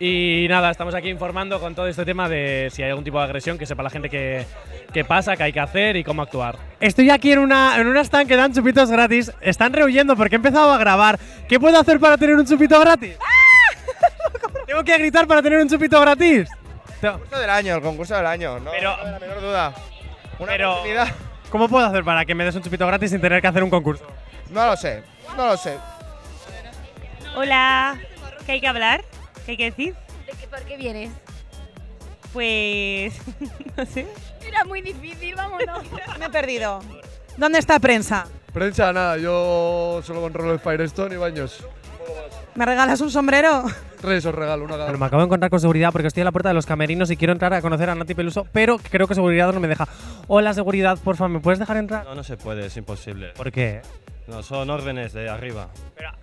Speaker 6: Y nada, estamos aquí informando con todo este tema de si hay algún tipo de agresión, que sepa la gente qué qué pasa, qué hay que hacer y cómo actuar.
Speaker 2: Estoy aquí en una, en una stand que dan chupitos gratis. Están rehuyendo porque he empezado a grabar. ¿Qué puedo hacer para tener un chupito gratis? ¿Tengo que gritar para tener un chupito gratis?
Speaker 12: concurso del año, el concurso del año, no, pero, no cabe la menor duda. Una oportunidad.
Speaker 2: ¿Cómo puedo hacer para que me des un chupito gratis sin tener que hacer un concurso?
Speaker 12: No lo sé, no lo sé.
Speaker 11: Hola, ¿qué hay que hablar? ¿Qué hay que decir?
Speaker 13: ¿De qué parque vienes?
Speaker 11: Pues. no sé.
Speaker 13: Era muy difícil, vámonos.
Speaker 8: Me he perdido. ¿Dónde está prensa?
Speaker 14: Prensa, nada, yo solo controlo el Firestone y baños.
Speaker 8: ¿Me regalas un sombrero?
Speaker 14: Tres os regalo, una cada
Speaker 2: Pero
Speaker 14: uno.
Speaker 2: me acabo de encontrar con seguridad porque estoy a la puerta de los camerinos y quiero entrar a conocer a Nati Peluso, pero creo que seguridad no me deja. Hola, seguridad, porfa, ¿me puedes dejar entrar?
Speaker 15: No, no se puede, es imposible.
Speaker 2: ¿Por qué?
Speaker 15: No, son órdenes de arriba.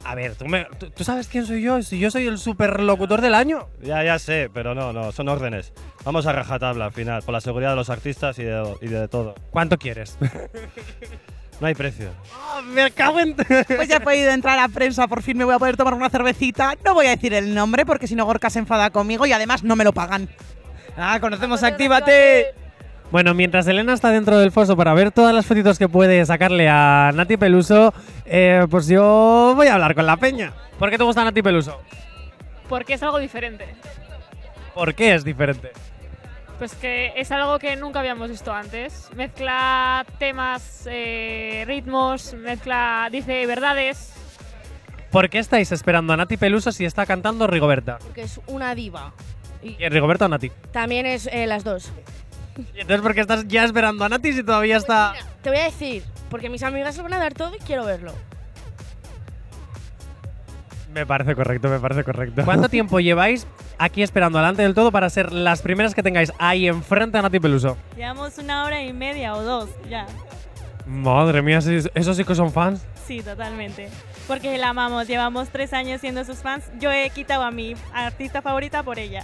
Speaker 2: A ver, tú, me- tú- ¿tú sabes quién soy yo? Si yo soy el superlocutor del año.
Speaker 15: Ya, ya sé, pero no, no, son órdenes. Vamos a rajatabla al final, por la seguridad de los artistas y de, y de todo.
Speaker 2: ¿Cuánto quieres? Ah,
Speaker 15: no hay precio.
Speaker 8: me cago en. pues ya he podido entrar a prensa, por fin me voy a poder tomar una cervecita. No voy a decir el nombre porque si no Gorka se enfada conmigo y además no me lo pagan.
Speaker 3: Ah, conocemos Actívate.
Speaker 2: Bueno, mientras Elena está dentro del foso para ver todas las fotitos que puede sacarle a Nati Peluso, eh, pues yo voy a hablar con la peña. ¿Por qué te gusta Nati Peluso?
Speaker 10: Porque es algo diferente.
Speaker 2: ¿Por qué es diferente?
Speaker 10: Pues que es algo que nunca habíamos visto antes. Mezcla temas, eh, ritmos, mezcla, dice verdades.
Speaker 2: ¿Por qué estáis esperando a Nati Peluso si está cantando Rigoberta?
Speaker 16: Porque es una diva. Y
Speaker 2: ¿Y Rigoberta o Nati?
Speaker 16: también es eh, las dos.
Speaker 2: Y entonces, ¿por qué estás ya esperando a Nati si todavía está...?
Speaker 16: Te voy a decir, porque mis amigas lo van a dar todo y quiero verlo.
Speaker 2: Me parece correcto, me parece correcto. ¿Cuánto tiempo lleváis aquí esperando delante del todo para ser las primeras que tengáis ahí enfrente a Nati Peluso?
Speaker 17: Llevamos una hora y media o dos, ya.
Speaker 2: Madre mía, sí- esos sí que son fans.
Speaker 17: Sí, totalmente. Porque la amamos, llevamos tres años siendo sus fans. Yo he quitado a mi artista favorita por ella.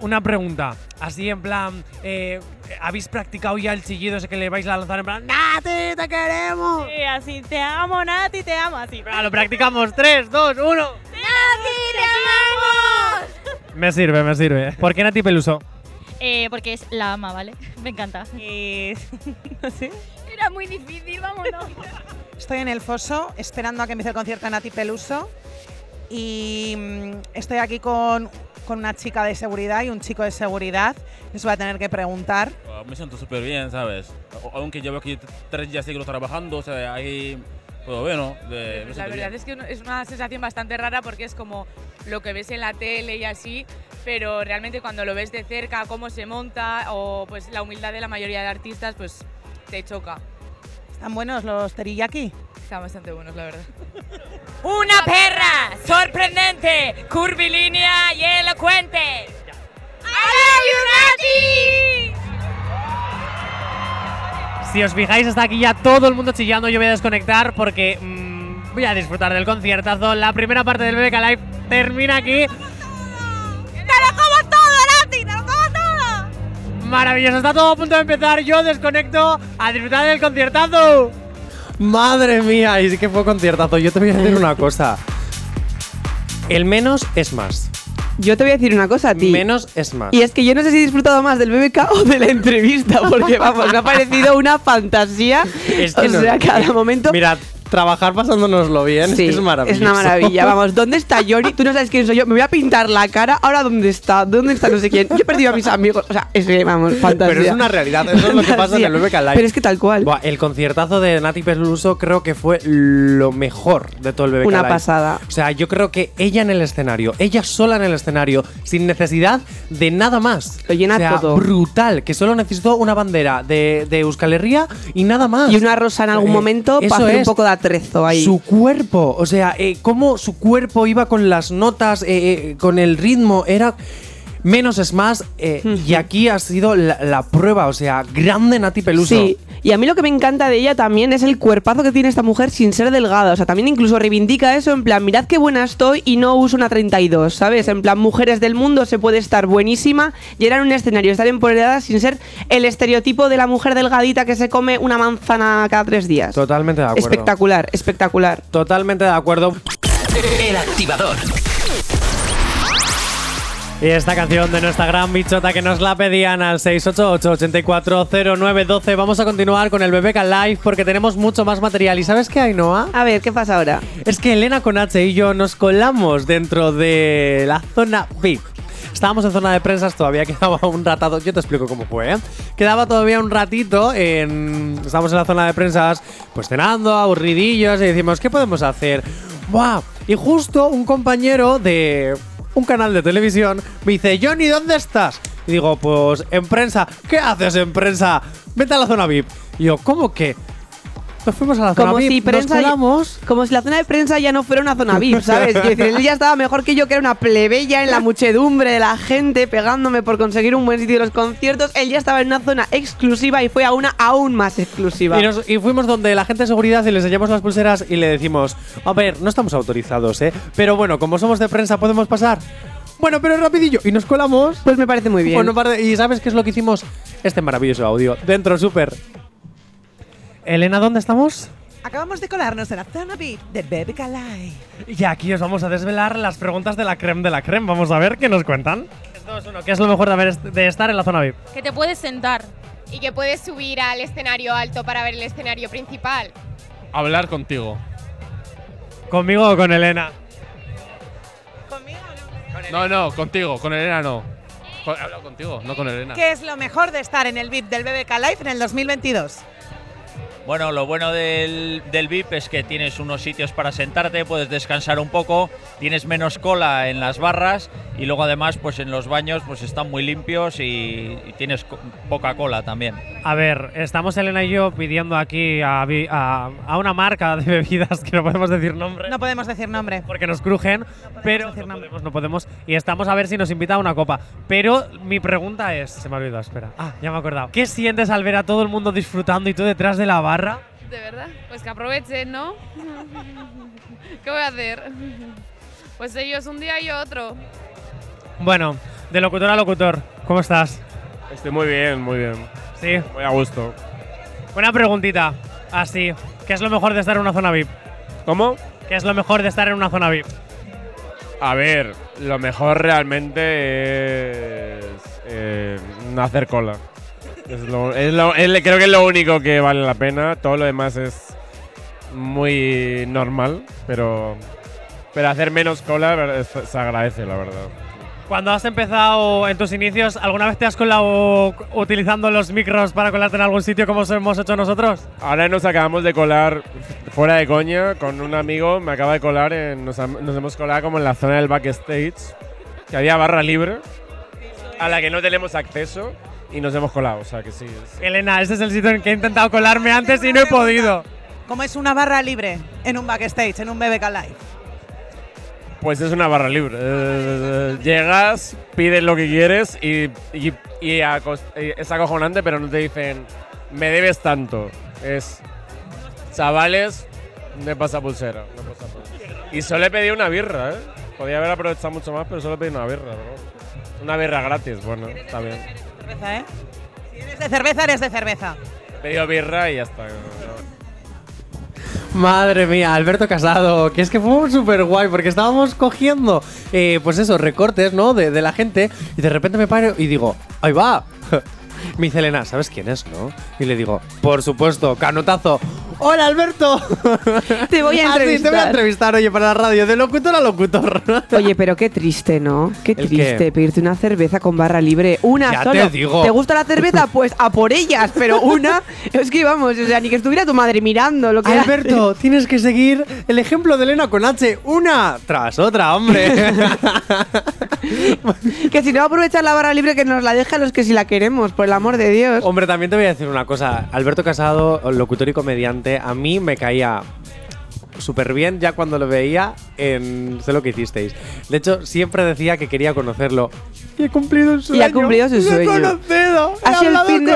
Speaker 2: Una pregunta, así en plan, eh, ¿habéis practicado ya el chillido ese que le vais a lanzar en plan? "Nah"? ¡Nati, te queremos!
Speaker 17: Sí, Eh, así, te amo, Nati, te amo, así.
Speaker 2: Ah, Lo practicamos, 3, 2, 1. Me sirve, me sirve. ¿Por qué Nati Peluso?
Speaker 17: Eh, porque es la ama, ¿vale? Me encanta.
Speaker 8: Eh, no sé.
Speaker 10: Era muy difícil, vámonos.
Speaker 8: Estoy en el foso esperando a que empiece el concierto de Nati Peluso y mm, estoy aquí con, con una chica de seguridad y un chico de seguridad. Les voy a tener que preguntar.
Speaker 18: Ah, Me siento súper bien, ¿sabes? O- Aunque llevo aquí t- tres días seguidos trabajando, o sea, ahí. Todo bueno. de- me
Speaker 19: La
Speaker 18: siento
Speaker 19: verdad
Speaker 18: bien.
Speaker 19: es que uno- es una sensación bastante rara porque es como lo que ves en la tele y así, pero realmente cuando lo ves de cerca, cómo se monta o pues la humildad de la mayoría de artistas, pues te choca.
Speaker 8: ¿Están buenos los teriyaki?
Speaker 19: Están bastante buenos, la verdad.
Speaker 20: Una perra sorprendente, curvilínea y elocuente. ¡Ay,
Speaker 2: Si os fijáis, está aquí ya todo el mundo chillando. Yo voy a desconectar porque mm, voy a disfrutar del conciertazo. La primera parte del BBK Live termina aquí.
Speaker 21: ¡Te lo como todo, Nati! ¡Te lo como todo!
Speaker 2: Maravilloso, está todo a punto de empezar. Yo desconecto a disfrutar del conciertazo.
Speaker 22: Madre mía, y sí que fue conciertazo. Yo te voy a decir una cosa. El menos es más.
Speaker 3: Yo te voy a decir una cosa a ti.
Speaker 22: Menos es más.
Speaker 3: Y es que yo no sé si he disfrutado más del BBK o de la entrevista, porque vamos, me ha parecido una fantasía.
Speaker 22: Es que
Speaker 3: o
Speaker 22: no-
Speaker 3: sea, cada momento.
Speaker 22: Mira, trabajar pasándonoslo bien
Speaker 3: Sí,
Speaker 22: es maravilloso.
Speaker 3: una maravilla. Vamos, ¿dónde está Johnny? Tú no sabes quién soy yo. Me voy a pintar la cara. Ahora, ¿dónde está? ¿Dónde está no sé quién? Yo he perdido a mis amigos. O sea, es que, vamos, fantasía.
Speaker 22: Pero es una realidad, eso es lo que pasa en el BBK Live.
Speaker 3: Pero es que tal cual.
Speaker 22: Buah, el conciertazo de Nati Peluso creo que fue lo mejor de todo el BBK
Speaker 3: Una
Speaker 22: Live.
Speaker 3: pasada.
Speaker 22: O sea, yo creo que ella en el escenario, ella sola en el escenario, sin necesidad de nada más. Lo
Speaker 3: llena
Speaker 22: o sea,
Speaker 3: todo.
Speaker 22: brutal, que solo necesitó una bandera de, de Euskal Herria y nada más.
Speaker 3: Y una rosa en algún
Speaker 22: Eh,
Speaker 3: momento
Speaker 22: eso
Speaker 3: para hacer un
Speaker 22: es.
Speaker 3: poco de atrezo ahí.
Speaker 22: Su cuerpo, o sea, eh, cómo su cuerpo iba con las notas, eh, eh, con el ritmo, era menos es más. eh, Y aquí ha sido la, la prueba, o sea, grande Nati Peluso.
Speaker 3: Sí, y a mí lo que me encanta de ella también es el cuerpazo que tiene esta mujer sin ser delgada. O sea, también incluso reivindica eso en plan, mirad qué buena estoy y no uso una 32, ¿sabes? En plan, mujeres del mundo se puede estar buenísima, llenar un escenario, estar empoderada sin ser el estereotipo de la mujer delgadita que se come una manzana cada tres días.
Speaker 22: Totalmente de acuerdo.
Speaker 3: Espectacular, espectacular.
Speaker 22: Totalmente de acuerdo.
Speaker 1: El activador.
Speaker 2: Y esta canción de nuestra gran bichota que nos la pedían al 688-840912. Vamos a continuar con el BBK Live porque tenemos mucho más material. ¿Y sabes qué, Ainhoa?
Speaker 3: A ver, ¿qué pasa ahora?
Speaker 2: Es que Elena Conache y yo nos colamos dentro de la zona VIP. Estábamos en zona de prensas, todavía quedaba un ratado. Yo te explico cómo fue, ¿eh? Quedaba todavía un ratito en. Estábamos en la zona de prensas, pues cenando, aburridillos, y decimos, ¿qué podemos hacer? ¡Buah! Y justo un compañero de un canal de televisión me dice, Johnny, ¿dónde estás? Y digo, pues en prensa. ¿Qué haces en prensa? Vete a la zona VIP. Y yo, ¿cómo que? Nos fuimos a la zona
Speaker 3: Como
Speaker 2: VIP.
Speaker 3: si,
Speaker 2: nos
Speaker 3: prensa ya-
Speaker 2: colamos.
Speaker 3: como si la zona de prensa ya no fuera una zona VIP, ¿sabes? Quiero decir, él ya estaba mejor que yo, que era una plebeya en la muchedumbre de la gente, pegándome por conseguir un buen sitio de los conciertos. Él ya estaba en una zona exclusiva y fue a una aún más exclusiva.
Speaker 2: Y, nos- y fuimos donde la gente de seguridad y les enseñamos las pulseras y le decimos, a ver, no estamos autorizados, ¿eh? Pero bueno, como somos de prensa, podemos pasar. Bueno, pero rapidillo. Y nos colamos.
Speaker 3: Pues me parece muy bien.
Speaker 2: Bueno, pare- y ¿sabes qué es lo que hicimos? Este maravilloso audio. Dentro, súper. Elena, ¿dónde estamos?
Speaker 8: Acabamos de colarnos en la zona VIP de BBK Live.
Speaker 2: Y aquí os vamos a desvelar las preguntas de la creme de la creme. Vamos a ver qué nos cuentan. ¿Qué es lo mejor de, haber est- de estar en la zona VIP?
Speaker 16: Que te puedes sentar. Y que puedes subir al escenario alto para ver el escenario principal.
Speaker 23: Hablar contigo.
Speaker 2: ¿Conmigo o con Elena?
Speaker 23: No, no, contigo, con Elena no. Con- He hablado contigo, no con Elena.
Speaker 8: ¿Qué es lo mejor de estar en el VIP del BBK Live en el 2022?
Speaker 24: Bueno, lo bueno del, del VIP es que tienes unos sitios para sentarte, puedes descansar un poco, tienes menos cola en las barras y luego además pues en los baños pues están muy limpios y, y tienes co- poca cola también.
Speaker 2: A ver, estamos Elena y yo pidiendo aquí a, vi- a- a una marca de bebidas que no podemos decir nombre.
Speaker 8: No podemos decir nombre.
Speaker 2: Porque nos crujen, pero no podemos, no podemos. Y estamos a ver si nos invita a una copa. Pero mi pregunta es, se me ha olvidado, espera. Ah, ya me he acordado. ¿Qué sientes al ver a todo el mundo disfrutando y tú detrás de la barra?
Speaker 10: De verdad. Pues que aprovechen, ¿no? ¿Qué voy a hacer? Pues ellos un día y yo otro.
Speaker 2: Bueno, de locutor a locutor, ¿cómo estás?
Speaker 6: Estoy muy bien, muy bien.
Speaker 2: Sí.
Speaker 6: Muy a gusto.
Speaker 2: Una preguntita, así. ¿Qué es lo mejor de estar en una zona VIP?
Speaker 6: ¿Cómo?
Speaker 2: ¿Qué es lo mejor de estar en una zona VIP?
Speaker 6: A ver, lo mejor realmente es eh, no hacer cola. Es lo- es lo- es- creo que es lo único que vale la pena. Todo lo demás es muy normal, pero, pero hacer menos cola es- se agradece, la verdad.
Speaker 2: Cuando has empezado en tus inicios, ¿alguna vez te has colado utilizando los micros para colarte en algún sitio como hemos hecho nosotros?
Speaker 6: Ahora nos acabamos de colar, fuera de coña, con un amigo, me acaba de colar, en- nos, ham- nos hemos colado como en la zona del backstage, que había barra libre, a la que no tenemos acceso, y nos hemos colado, o sea que sí. es-
Speaker 2: Elena, este es el sitio en que he intentado colarme antes y no he podido.
Speaker 8: ¿Cómo es una barra libre en un backstage, en un BBK Live?
Speaker 6: Pues es una barra libre. Eh, llegas, pides lo que quieres y, y- y acos- y es acojonante, pero no te dicen, me debes tanto. Es, chavales,
Speaker 5: Me pasa pulsera. me pasa pulsera. Y solo he pedido una birra, ¿eh? Podía haber aprovechado mucho más, pero solo he pedido una birra, ¿no? Una birra gratis, bueno, está bien.
Speaker 8: Cerveza, ¿eh? Si eres de cerveza, eres de cerveza.
Speaker 5: He pedido birra y ya está. ¿no?
Speaker 2: Madre mía, Alberto Casado, que es que fue súper guay porque estábamos cogiendo, eh, pues eso, recortes, ¿no? De, de la gente y de repente me paro y digo, ahí va. Me dice Elena, ¿sabes quién es, no? Y le digo, por supuesto, canotazo. ¡Hola, Alberto!
Speaker 3: Te voy a
Speaker 2: Ah, sí, te voy a
Speaker 3: entrevistar.
Speaker 2: entrevistar, oye, para la radio, de locutor a locutor.
Speaker 3: Oye, pero qué triste, ¿no? Qué
Speaker 2: ¿El
Speaker 3: triste
Speaker 2: qué?
Speaker 3: pedirte una cerveza con barra libre. Una
Speaker 2: Ya te
Speaker 3: solo.
Speaker 2: digo.
Speaker 3: gusta la cerveza? Pues a por ellas, pero una. Es que vamos, o sea, ni que estuviera tu madre mirando lo que.
Speaker 2: Ah, Alberto,
Speaker 3: Ah,
Speaker 2: tienes que seguir el ejemplo de Elena con H, una tras otra, hombre.
Speaker 3: hace. Que si no aprovechar la barra libre, que nos la deja a los que si la queremos, por el amor de Dios.
Speaker 2: Hombre, también te voy a decir una cosa. Alberto Casado, locutor y comediante, a mí me caía súper bien ya cuando lo veía en Sé lo que hicisteis. De hecho, siempre decía que quería conocerlo. Y he cumplido su
Speaker 3: Y ha cumplido su sueño. Ha sido el fin, de,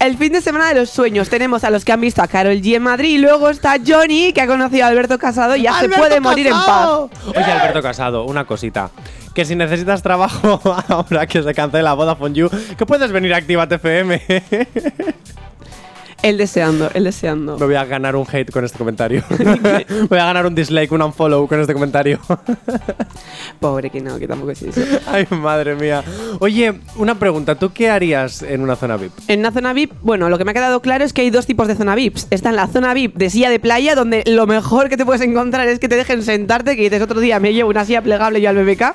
Speaker 3: el fin de semana de los sueños. Tenemos a los que han visto a Carol G en Madrid y luego está Johnny, que ha conocido a Alberto Casado y ya se puede morir en paz.
Speaker 2: Oye, Alberto Casado, una cosita. Que si necesitas trabajo ahora que se cancela Vodafone You, que puedes venir a Actívate FM.
Speaker 3: El deseando, el deseando.
Speaker 2: Me voy a ganar un hate con este comentario. voy a ganar un dislike, un unfollow con este comentario.
Speaker 3: Pobre que no, que tampoco es eso.
Speaker 2: Ay, madre mía. Oye, una pregunta. ¿Tú qué harías en una zona VIP?
Speaker 3: En una zona VIP, bueno, lo que me ha quedado claro es que hay dos tipos de zona VIPs. Está en la zona VIP de silla de playa, donde lo mejor que te puedes encontrar es que te dejen sentarte, que dices otro día me llevo una silla plegable yo al BBK,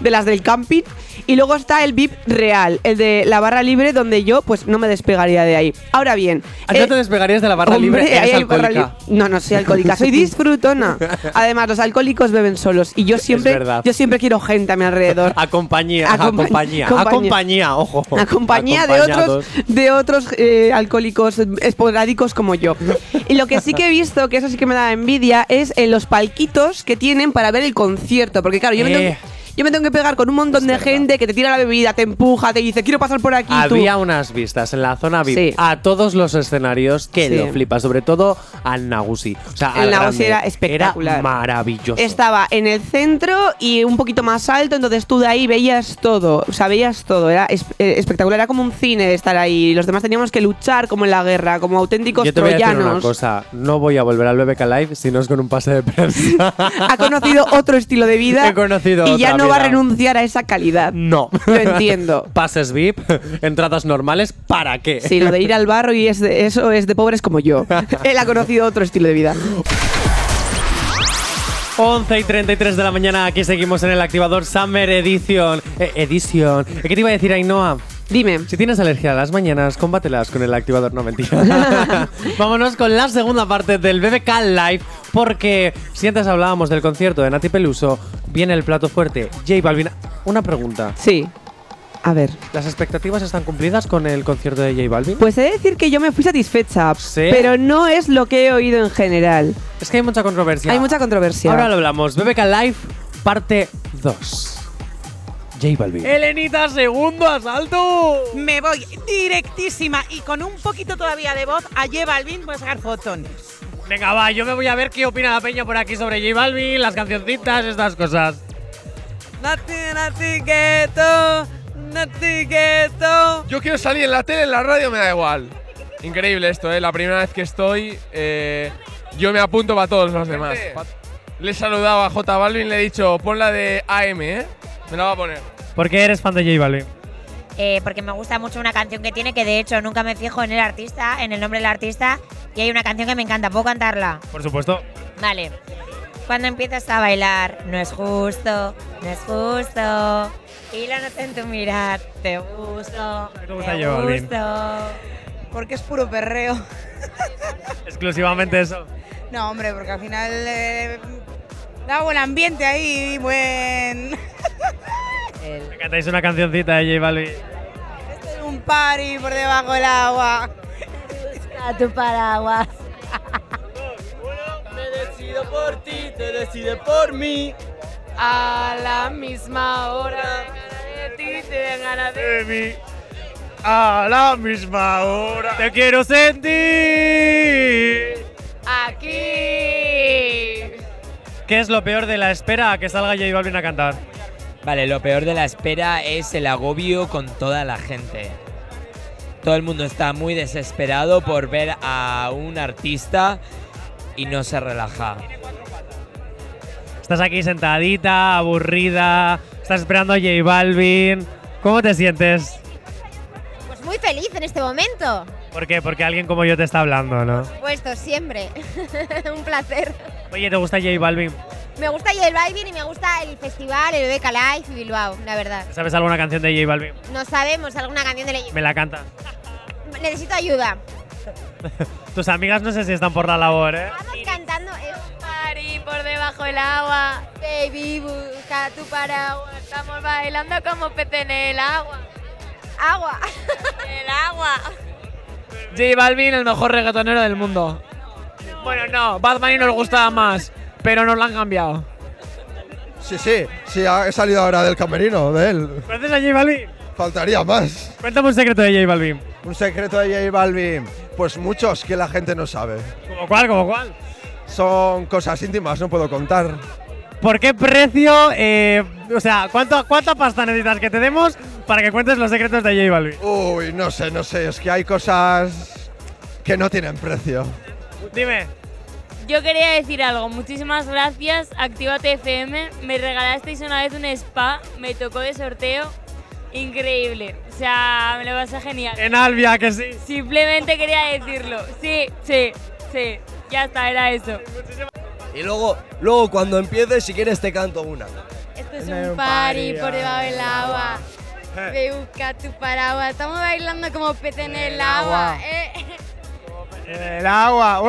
Speaker 3: de las del camping. Y luego está el VIP real, el de la barra libre, donde yo pues no me despegaría de ahí. Ahora bien,
Speaker 2: Ah, ¿No te despegarías de la barra
Speaker 3: Eh, Hombre,
Speaker 2: libre? Eres
Speaker 3: ahí hay barra
Speaker 2: alcohólica.
Speaker 3: li- no, no soy alcohólica, soy disfrutona. Además, los alcohólicos beben solos y yo siempre,
Speaker 2: verdad.
Speaker 3: yo siempre quiero gente a mi alrededor.
Speaker 2: A compañía, a
Speaker 3: Acompañ-
Speaker 2: compañía, a
Speaker 3: compañía.
Speaker 2: compañía, ojo.
Speaker 3: A compañía de otros,
Speaker 2: Acompañados.
Speaker 3: de otros eh, alcohólicos esporádicos como yo. Y lo que sí que he visto, que eso sí que me da envidia, es eh, los palquitos que tienen para ver el concierto. Porque claro, yo me tengo...
Speaker 2: Eh.
Speaker 3: Yo me tengo que pegar con un montón de gente que te tira la bebida, te empuja, te dice, quiero pasar por aquí. y tú-
Speaker 2: Había unas vistas en la zona VIP
Speaker 3: Sí.
Speaker 2: a todos los escenarios que
Speaker 3: Sí.
Speaker 2: lo flipa, sobre todo al Nagusi. O sea,
Speaker 3: El
Speaker 2: al
Speaker 3: Nagusi
Speaker 2: grande.
Speaker 3: era espectacular.
Speaker 2: Era maravilloso.
Speaker 3: Estaba en el centro y un poquito más alto, entonces tú de ahí veías todo, o sea, veías todo, era es- eh, espectacular, era como un cine de estar ahí. Los demás teníamos que luchar como en la guerra, como auténticos
Speaker 2: Yo te voy a decir una
Speaker 3: troyanos.
Speaker 2: cosa, no voy a volver al BBK Live si no es con un pase de prensa.
Speaker 3: ha conocido otro estilo de vida
Speaker 2: He conocido
Speaker 3: y ya
Speaker 2: otra
Speaker 3: no va a
Speaker 2: vida.
Speaker 3: renunciar a esa calidad.
Speaker 2: No.
Speaker 3: Lo entiendo.
Speaker 2: Pases VIP, entradas normales, ¿para qué?
Speaker 3: Sí, lo de ir al barro y es de- eso es de pobres como yo. Él ha conocido otro estilo de vida.
Speaker 2: 11 y 33 de la mañana, aquí seguimos en el activador Summer Edition. Eh, edition. Eh, ¿Qué te iba a decir, Ainhoa?
Speaker 3: Dime.
Speaker 2: Si tienes alergia a las mañanas, combátelas con el activador, no mentira. Vámonos con la segunda parte del BBK Live, porque si antes hablábamos del concierto de Nati Peluso, viene el plato fuerte. J Balvin, una pregunta.
Speaker 3: Sí. A ver.
Speaker 2: ¿Las expectativas están cumplidas con el concierto de J Balvin?
Speaker 3: Pues he de decir que yo me fui satisfecha, pero no es lo que he oído en general.
Speaker 2: Es que hay mucha controversia.
Speaker 3: Hay mucha controversia.
Speaker 2: Ahora lo hablamos. BBK Live, parte 2. J Balvin.
Speaker 8: Elenita, segundo asalto. Me voy directísima y con un poquito todavía de voz a J Balvin pues voy a sacar fotones.
Speaker 2: Venga, va, yo me voy a ver qué opina la peña por aquí sobre J Balvin, las cancioncitas, estas cosas.
Speaker 8: Nati, nati, gueto, nati, gueto.
Speaker 6: Yo quiero salir en la tele, en la radio, me da igual. Increíble esto, ¿eh? La primera vez que estoy, eh, yo me apunto para todos los demás. Pa- Le he saludado a J Balvin, le he dicho, pon la de AM, ¿eh? Me la va a poner.
Speaker 2: ¿Por qué eres fan de J Balvin?
Speaker 16: eh, porque me gusta mucho una canción que tiene que de hecho nunca me fijo en el artista, en el nombre del artista y hay una canción que me encanta, ¿puedo cantarla?
Speaker 2: Por supuesto.
Speaker 16: Vale. Cuando empiezas a bailar, no es justo, no es justo. Y la nota en tu mirar, te gusto. Te gusto.
Speaker 8: gusta J Balvin. Porque es puro perreo.
Speaker 2: Exclusivamente eso.
Speaker 8: No, hombre, porque al final eh, da buen ambiente ahí, buen
Speaker 2: Me cantáis una cancioncita de J Balvin.
Speaker 8: un party por debajo del agua.
Speaker 16: A tu paraguas.
Speaker 10: Me decido por ti, te decide por mí. A la misma hora, de ti, te ganas de mí.
Speaker 25: A la misma hora. Te quiero sentir.
Speaker 10: Aquí,
Speaker 5: ¿Qué es lo peor de la espera a que salga J Balvin a cantar?
Speaker 26: Vale, lo peor de la espera es el agobio con toda la gente. Todo el mundo está muy desesperado por ver a un artista y no se relaja.
Speaker 5: Estás aquí sentadita, aburrida, estás esperando a J Balvin. ¿Cómo te sientes?
Speaker 16: Pues muy feliz en este momento.
Speaker 5: ¿Por qué? Porque alguien como yo te está hablando, ¿no?
Speaker 16: Puesto siempre. Un placer.
Speaker 5: Oye, ¿te gusta J Balvin?
Speaker 16: Me gusta el Balvin y me gusta el festival, el BK Live y Bilbao, la verdad.
Speaker 5: ¿Sabes alguna canción de J Balvin?
Speaker 16: No sabemos alguna canción de Ley.
Speaker 5: Me la canta.
Speaker 16: Necesito ayuda.
Speaker 5: Tus amigas no sé si están por la labor, ¿eh?
Speaker 16: Vamos cantando. eh, Party por debajo del agua. Baby, busca tu paraguas. Estamos bailando como pez en el agua. Agua. el agua.
Speaker 27: J Balvin, el mejor reggaetonero del mundo. Bueno, no, Bad Bunny nos gustaba más, pero nos lo han cambiado.
Speaker 12: Sí, sí, sí, ha he salido ahora del camerino, de él.
Speaker 5: ¿Conoces a J Balvin?
Speaker 12: Faltaría más.
Speaker 5: Cuéntame un secreto de J Balvin.
Speaker 12: Un secreto de J Balvin. Pues muchos que la gente no sabe.
Speaker 5: ¿Como cuál? ¿Como cuál?
Speaker 12: Son cosas íntimas, no puedo contar.
Speaker 5: ¿Por qué precio? eh, o sea, ¿cuánto, ¿cuánta pasta necesitas que te demos para que cuentes los secretos de J Balvin?
Speaker 12: Uy, no sé, no sé, es que hay cosas que no tienen precio.
Speaker 5: Dime.
Speaker 20: Yo quería decir algo. Muchísimas gracias, Actívate FM. Me regalasteis una vez un spa, me tocó de sorteo. Increíble. O sea, me lo pasé genial.
Speaker 5: En Albia, que sí.
Speaker 20: Simplemente quería decirlo. Sí, sí, sí. Ya está, era eso.
Speaker 28: Y luego, luego cuando empieces, si quieres, te canto una.
Speaker 16: Esto es un party por debajo del agua. Eh. Ve busca tu paraguas. Estamos bailando como pez en el agua.
Speaker 5: agua.
Speaker 16: eh.
Speaker 5: El agua.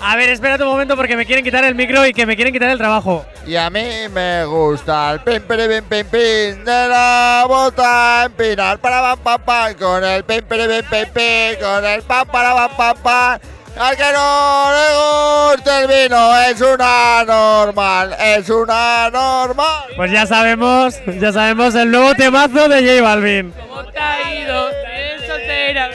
Speaker 5: A ver, espérate un momento porque me quieren quitar el micro y que me quieren quitar el trabajo.
Speaker 21: Y a mí me gusta el pim pim pim pim pim de la bota empinar para pam pam pam con el pim pim pim pim pim con el pam para pam pam pam. Al que no le gusta el vino es una normal, es una normal.
Speaker 5: Pues ya sabemos, ya sabemos el nuevo temazo de J Balvin.
Speaker 27: Caído, soltera,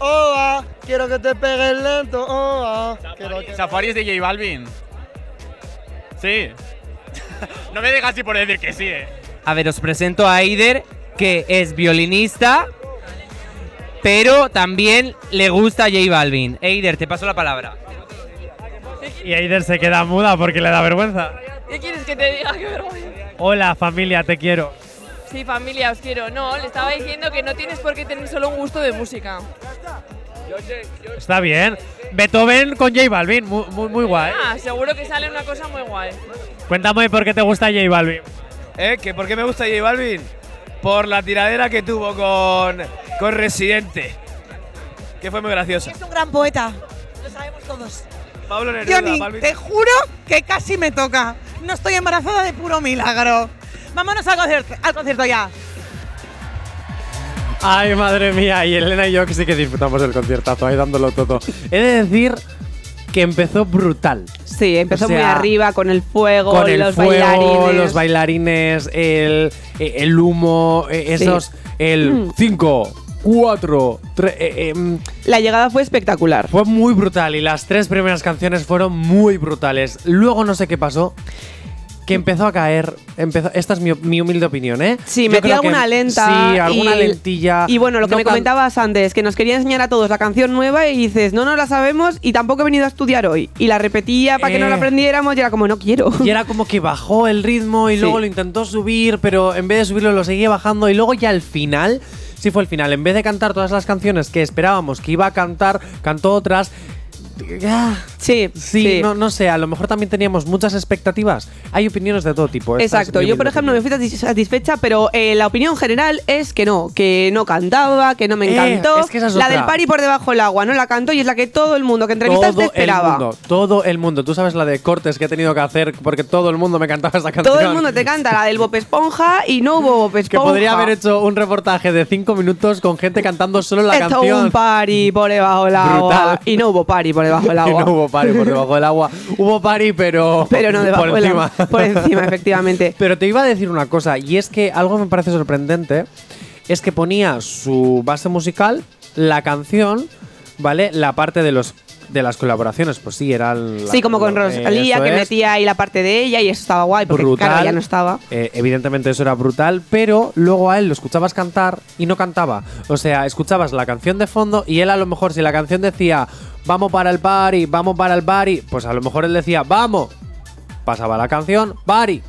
Speaker 28: Oh, ah, quiero que te pegues lento. Oh, ah, quiero que-
Speaker 29: Safari es de J Balvin. Sí. no me dejas así por decir que sí, eh.
Speaker 30: A ver, os presento a Aider, que es violinista, pero también le gusta J Balvin. Aider, te paso la palabra.
Speaker 5: Y Aider se queda muda porque le da vergüenza.
Speaker 31: ¿Qué quieres que te diga? Qué vergüenza.
Speaker 5: Hola familia, te quiero.
Speaker 31: Sí, familia, os quiero. No, le estaba diciendo que no tienes por qué tener solo un gusto de música.
Speaker 5: Está bien. Beethoven con J Balvin, muy, muy, muy guay.
Speaker 31: Ah, seguro que sale una cosa muy guay.
Speaker 5: Cuéntame por qué te gusta J Balvin.
Speaker 27: ¿Eh? ¿Que ¿Por qué me gusta J Balvin? Por la tiradera que tuvo con, con Residente. Que fue muy graciosa.
Speaker 32: Es un gran poeta. Lo sabemos todos.
Speaker 27: Pablo Neruda,
Speaker 32: Johnny,
Speaker 27: Balvin.
Speaker 32: te juro que casi me toca. No estoy embarazada de puro milagro. Vámonos al concierto, al concierto ya.
Speaker 2: Ay, madre mía, y Elena y yo que sí que disfrutamos del conciertazo, ahí dándolo todo. He de decir que empezó brutal.
Speaker 3: Sí, empezó
Speaker 2: O sea,
Speaker 3: muy arriba con el fuego,
Speaker 2: Con el
Speaker 3: los
Speaker 2: fuego,
Speaker 3: bailarines.
Speaker 2: los bailarines, el, eh, el humo, eh,
Speaker 3: Sí.
Speaker 2: esos. El
Speaker 3: Mm.
Speaker 2: 5, 4, 3.
Speaker 3: La llegada fue espectacular.
Speaker 2: eh, mm, Fue muy brutal y las tres primeras canciones fueron muy brutales. Luego no sé qué pasó. Que empezó a caer, empezó, esta es mi, mi humilde opinión, ¿eh?
Speaker 3: Sí,
Speaker 2: Yo
Speaker 3: metí
Speaker 2: creo que-
Speaker 3: alguna lenta.
Speaker 2: Sí, alguna
Speaker 3: y-
Speaker 2: lentilla.
Speaker 3: Y bueno, lo que
Speaker 2: no
Speaker 3: me
Speaker 2: tan-
Speaker 3: comentabas antes, que nos quería enseñar a todos la canción nueva y dices, no, no la sabemos y tampoco he venido a estudiar hoy. Y la repetía para que no la
Speaker 2: Eh.
Speaker 3: aprendiéramos y era como, no quiero.
Speaker 2: Y era como que bajó el ritmo y
Speaker 3: Sí.
Speaker 2: luego lo intentó subir, pero en vez de subirlo lo seguía bajando y luego ya al final, sí fue el final, en vez de cantar todas las canciones que esperábamos que iba a cantar, cantó otras. Ah,
Speaker 3: Sí,
Speaker 2: sí,
Speaker 3: sí.
Speaker 2: No, no sé, a lo mejor también teníamos muchas expectativas. Hay opiniones de todo tipo. esta es
Speaker 3: Exacto,
Speaker 2: mi
Speaker 3: yo por
Speaker 2: humilde
Speaker 3: ejemplo me fui satis- satisfecha, pero eh, la opinión general es que no, que no cantaba, que no me
Speaker 2: Eh,
Speaker 3: encantó.
Speaker 2: es que esa es
Speaker 3: la
Speaker 2: otra.
Speaker 3: del pari por debajo del agua, no la cantó y es la que todo el mundo que entrevistas te esperaba.
Speaker 2: El mundo, todo el mundo. Tú sabes la de cortes que he tenido que hacer porque todo el mundo me cantaba esa canción.
Speaker 3: Todo el mundo te canta la del Bob Esponja y no hubo Bob
Speaker 2: Que
Speaker 3: Esponja.
Speaker 2: podría haber hecho un reportaje de cinco minutos con gente cantando solo la
Speaker 3: Esto
Speaker 2: canción.
Speaker 3: un pari por debajo del agua.
Speaker 2: Brutal.
Speaker 3: Y no hubo pari por debajo del
Speaker 2: Que
Speaker 3: agua.
Speaker 2: no hubo pari por debajo del agua. Hubo pari, pero.
Speaker 3: Pero no debajo
Speaker 2: por
Speaker 3: del
Speaker 2: encima.
Speaker 3: agua. Por encima, efectivamente.
Speaker 2: Pero te iba a decir una cosa, y es que algo me parece sorprendente: es que ponía su base musical, la canción, ¿vale? La parte de los de las colaboraciones. Pues sí, era. la-
Speaker 3: Sí, como con
Speaker 2: eh,
Speaker 3: Rosalía,
Speaker 2: eso
Speaker 3: que
Speaker 2: es.
Speaker 3: metía ahí la parte de ella y eso estaba guay, porque
Speaker 2: Brutal.
Speaker 3: claro, ya no estaba.
Speaker 2: Eh, evidentemente eso era brutal, pero luego a él lo escuchabas cantar y no cantaba. O sea, escuchabas la canción de fondo y él a lo mejor si la canción decía vamos para el party, vamos para el party, pues a lo mejor él decía vamos. Pasaba la canción, party.